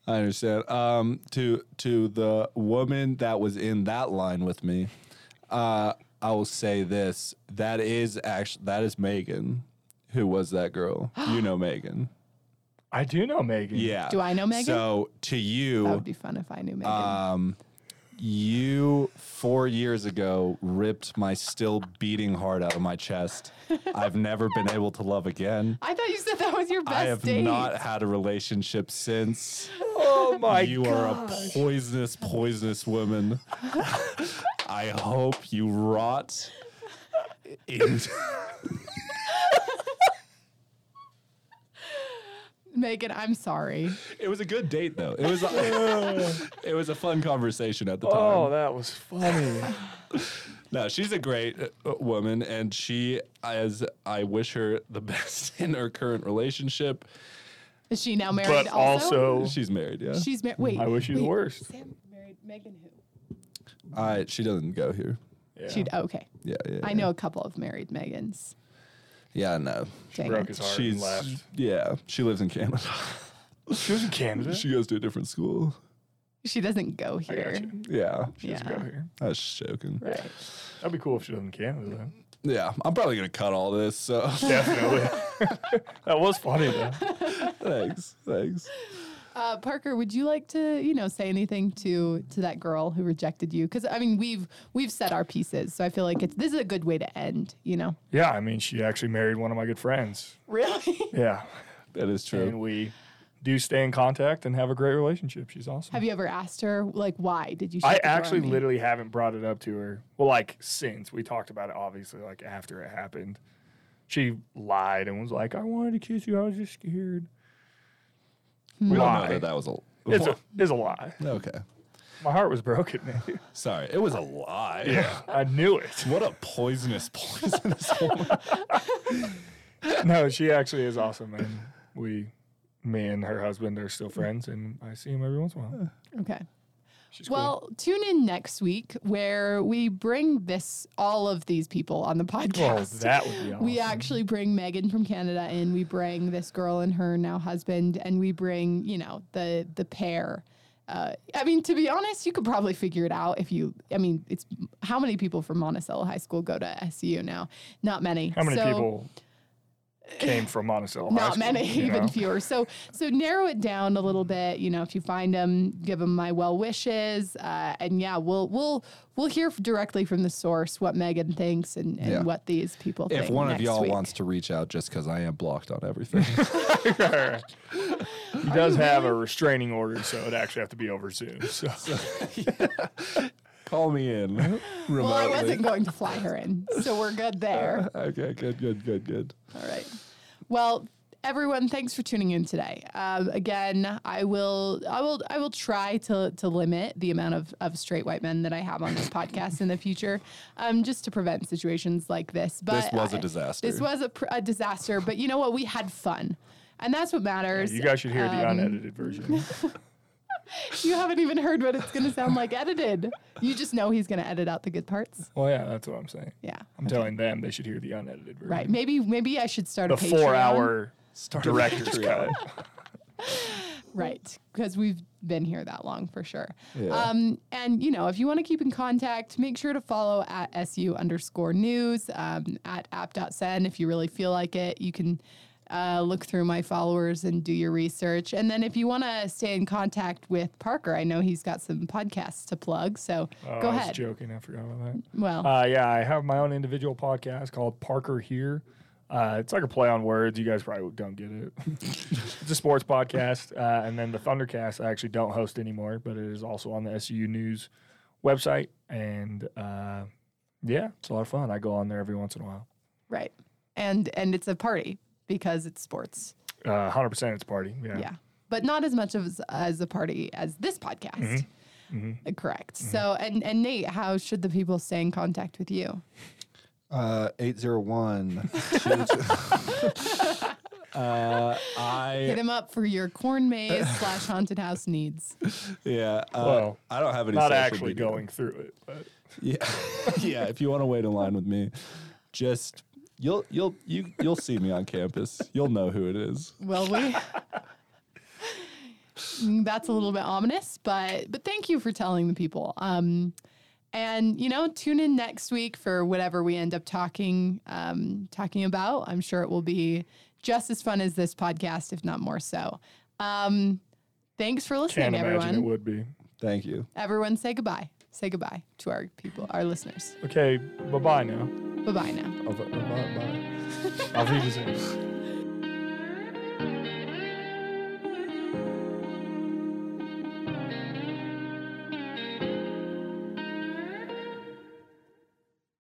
[SPEAKER 2] I understand. Um, to to the woman that was in that line with me, uh, I will say this: that is actually that is Megan. Who was that girl? You know Megan.
[SPEAKER 3] I do know Megan.
[SPEAKER 2] Yeah.
[SPEAKER 1] Do I know Megan?
[SPEAKER 2] So to
[SPEAKER 1] That would
[SPEAKER 2] you,
[SPEAKER 1] be fun if I knew Megan.
[SPEAKER 3] Uh,
[SPEAKER 2] um, you four years ago ripped my still beating heart out of my chest. I've never been able to love again.
[SPEAKER 1] I thought you said that was your best
[SPEAKER 2] I have
[SPEAKER 1] date.
[SPEAKER 2] not had a relationship since.
[SPEAKER 3] Oh my
[SPEAKER 2] you are a poisonous, poisonous woman. I hope you rot. in-
[SPEAKER 1] Megan, I'm sorry.
[SPEAKER 2] it was a good date though. It was it was a fun conversation at the time.
[SPEAKER 3] Oh, that was funny.
[SPEAKER 2] No, she's a great uh, woman, and she as I wish her the best in her current relationship.
[SPEAKER 1] Is she now married?
[SPEAKER 3] but
[SPEAKER 1] also,
[SPEAKER 3] also,
[SPEAKER 2] She's married, yeah.
[SPEAKER 1] she's married. Wait,
[SPEAKER 3] I wish you the
[SPEAKER 1] wait,
[SPEAKER 3] worst.
[SPEAKER 1] Sam married Megan who?
[SPEAKER 2] I she doesn't go here.
[SPEAKER 3] Yeah.
[SPEAKER 1] She oh, okay.
[SPEAKER 2] Yeah, yeah.
[SPEAKER 1] I know a couple of married Megans.
[SPEAKER 2] Yeah, no.
[SPEAKER 1] Dang
[SPEAKER 3] broke
[SPEAKER 1] it.
[SPEAKER 3] his heart and
[SPEAKER 2] She's
[SPEAKER 3] left.
[SPEAKER 2] yeah. She lives in Canada.
[SPEAKER 3] She was in Canada.
[SPEAKER 2] she goes to a different school.
[SPEAKER 1] She doesn't go
[SPEAKER 3] I
[SPEAKER 1] here.
[SPEAKER 3] got you.
[SPEAKER 2] Yeah,
[SPEAKER 3] She doesn't
[SPEAKER 1] Yeah.
[SPEAKER 3] go here.
[SPEAKER 2] I was joking.
[SPEAKER 1] Right.
[SPEAKER 3] That'd be cool if she was in Canada, though.
[SPEAKER 2] Yeah, I'm probably gonna cut all this. So
[SPEAKER 3] Definitely. that was funny though.
[SPEAKER 2] thanks, thanks.
[SPEAKER 1] Uh, Parker, would you like to, you know, say anything to to that girl who rejected you? Because I mean, we've we've set our pieces, so I feel like it's this is a good way to end. You know,
[SPEAKER 3] Yeah, I mean, she actually married one of my good friends.
[SPEAKER 1] really.
[SPEAKER 3] Yeah,
[SPEAKER 2] That is
[SPEAKER 3] and
[SPEAKER 2] true.
[SPEAKER 3] we do stay in contact and have a great relationship. She's awesome.
[SPEAKER 1] Have you ever asked her like why did you? shut
[SPEAKER 3] I
[SPEAKER 1] the door on
[SPEAKER 3] actually
[SPEAKER 1] me?
[SPEAKER 3] literally haven't brought it up to her. Well, like since we talked about it, obviously, like after it happened, she lied and was like, "I wanted to kiss you. I was just scared."
[SPEAKER 2] We all know
[SPEAKER 3] Lie.
[SPEAKER 2] that that was a.
[SPEAKER 3] It's a, it's a lie.
[SPEAKER 2] okay.
[SPEAKER 3] My heart was broken. Man.
[SPEAKER 2] Sorry, it was a lie.
[SPEAKER 3] I knew it.
[SPEAKER 2] What a poisonous, poisonous woman.
[SPEAKER 3] No, she actually is awesome, and we, me and her husband, are still friends, and I see him every once in a while.
[SPEAKER 1] Okay.
[SPEAKER 3] She's cool.
[SPEAKER 1] Well, tune in next week where we bring this all of these people on the
[SPEAKER 3] Oh,
[SPEAKER 1] podcast.
[SPEAKER 3] that would be awesome.
[SPEAKER 1] we actually bring Megan from Canada in. We bring this girl and her now husband, and we bring you know the the pair. Uh, I mean, to be honest, you could probably figure it out if you. I mean, it's how many people from Monticello High School go to SCU now? Not many.
[SPEAKER 3] How many
[SPEAKER 1] So-
[SPEAKER 3] people came from Monticello? High
[SPEAKER 1] not
[SPEAKER 3] School,
[SPEAKER 1] many,
[SPEAKER 3] you
[SPEAKER 1] even
[SPEAKER 3] know?
[SPEAKER 1] fewer. So, so narrow it down a little bit. You know, if you find them, give them my well wishes, uh, and yeah, we'll we'll we'll hear directly from the source what Megan thinks and, and
[SPEAKER 2] Yeah.
[SPEAKER 1] what these people think.
[SPEAKER 2] If one of
[SPEAKER 1] next
[SPEAKER 2] y'all
[SPEAKER 1] week.
[SPEAKER 2] wants to reach out, just because I am blocked on everything.
[SPEAKER 3] he does have a restraining order, so it'd actually have to be over Zoom. So
[SPEAKER 2] Call me in. Remotely.
[SPEAKER 1] well, I wasn't going to fly her in, so we're good there.
[SPEAKER 2] Okay, good, good, good, good.
[SPEAKER 1] All right. Well, everyone, thanks for tuning in today. Um, again, I will, I will, I will try to to limit the amount of of straight white men that I have on this podcast in the future, um, just to prevent situations like this. But
[SPEAKER 2] This was a
[SPEAKER 1] I-
[SPEAKER 2] disaster.
[SPEAKER 1] This was a, pr- a disaster, but you know what? We had fun. And that's what matters.
[SPEAKER 3] you guys should hear the
[SPEAKER 1] um,
[SPEAKER 3] unedited version.
[SPEAKER 1] You haven't even heard what it's going to sound like edited. You just know he's going to edit out the good parts.
[SPEAKER 3] Well, yeah, that's what I'm saying.
[SPEAKER 1] Yeah.
[SPEAKER 3] I'm telling them they should hear the unedited version.
[SPEAKER 1] Right. Maybe maybe I should start
[SPEAKER 3] The
[SPEAKER 1] a Patreon.
[SPEAKER 3] four-hour
[SPEAKER 2] Start a
[SPEAKER 3] director's cut.
[SPEAKER 2] Patreon.
[SPEAKER 1] Right, because we've been here that long for sure.
[SPEAKER 2] Yeah.
[SPEAKER 1] Um, and you know, if you want to keep in contact, make sure to follow at su underscore news um, at app.sen if you really feel like it. You can uh, look through my followers and do your research. And then if you want to stay in contact with Parker, I know he's got some podcasts to plug. So
[SPEAKER 3] Oh,
[SPEAKER 1] go
[SPEAKER 3] I was
[SPEAKER 1] ahead.
[SPEAKER 3] joking. I forgot about that.
[SPEAKER 1] Well,
[SPEAKER 3] Uh, yeah, I have my own individual podcast called Parker Here. Uh, it's like a play on words. You guys probably don't get it. it's a sports podcast. Uh, and then the Thundercast, I actually don't host anymore, but it is also on the SU News website. And uh, yeah, it's a lot of fun. I go on there every once in a while.
[SPEAKER 1] right, and and it's a party because it's sports.
[SPEAKER 3] Uh, 100% it's party. Yeah.
[SPEAKER 1] yeah but not as much of as, as a party as this podcast Uh, correct so and and nate how should the people stay in contact with you
[SPEAKER 2] Uh, 801.
[SPEAKER 1] hit
[SPEAKER 2] uh, I,
[SPEAKER 1] him up for your corn maze slash haunted house needs
[SPEAKER 2] yeah. Uh,
[SPEAKER 3] Well,
[SPEAKER 2] I don't have any
[SPEAKER 3] Not
[SPEAKER 2] social
[SPEAKER 3] actually
[SPEAKER 2] media.
[SPEAKER 3] going through it, but
[SPEAKER 2] Yeah. yeah. If you want to wait in line with me, just You'll you'll you you'll see me on campus. You'll know who it is.
[SPEAKER 1] Well, we. Mm, That's a little bit ominous, but but thank you for telling the people. Um, and you know, tune in next week for whatever we end up talking um, talking about. I'm sure it will be just as fun as this podcast, if not more so. Um, thanks for listening,
[SPEAKER 3] Can't imagine it
[SPEAKER 1] everyone.
[SPEAKER 3] would be.
[SPEAKER 2] Thank you.
[SPEAKER 1] Everyone, say goodbye. Say goodbye to our people, our listeners.
[SPEAKER 3] Okay, bye bye now.
[SPEAKER 1] Bye bye now.
[SPEAKER 2] Oh, bu- bu- bu- bu-
[SPEAKER 3] Auf Wiedersehen.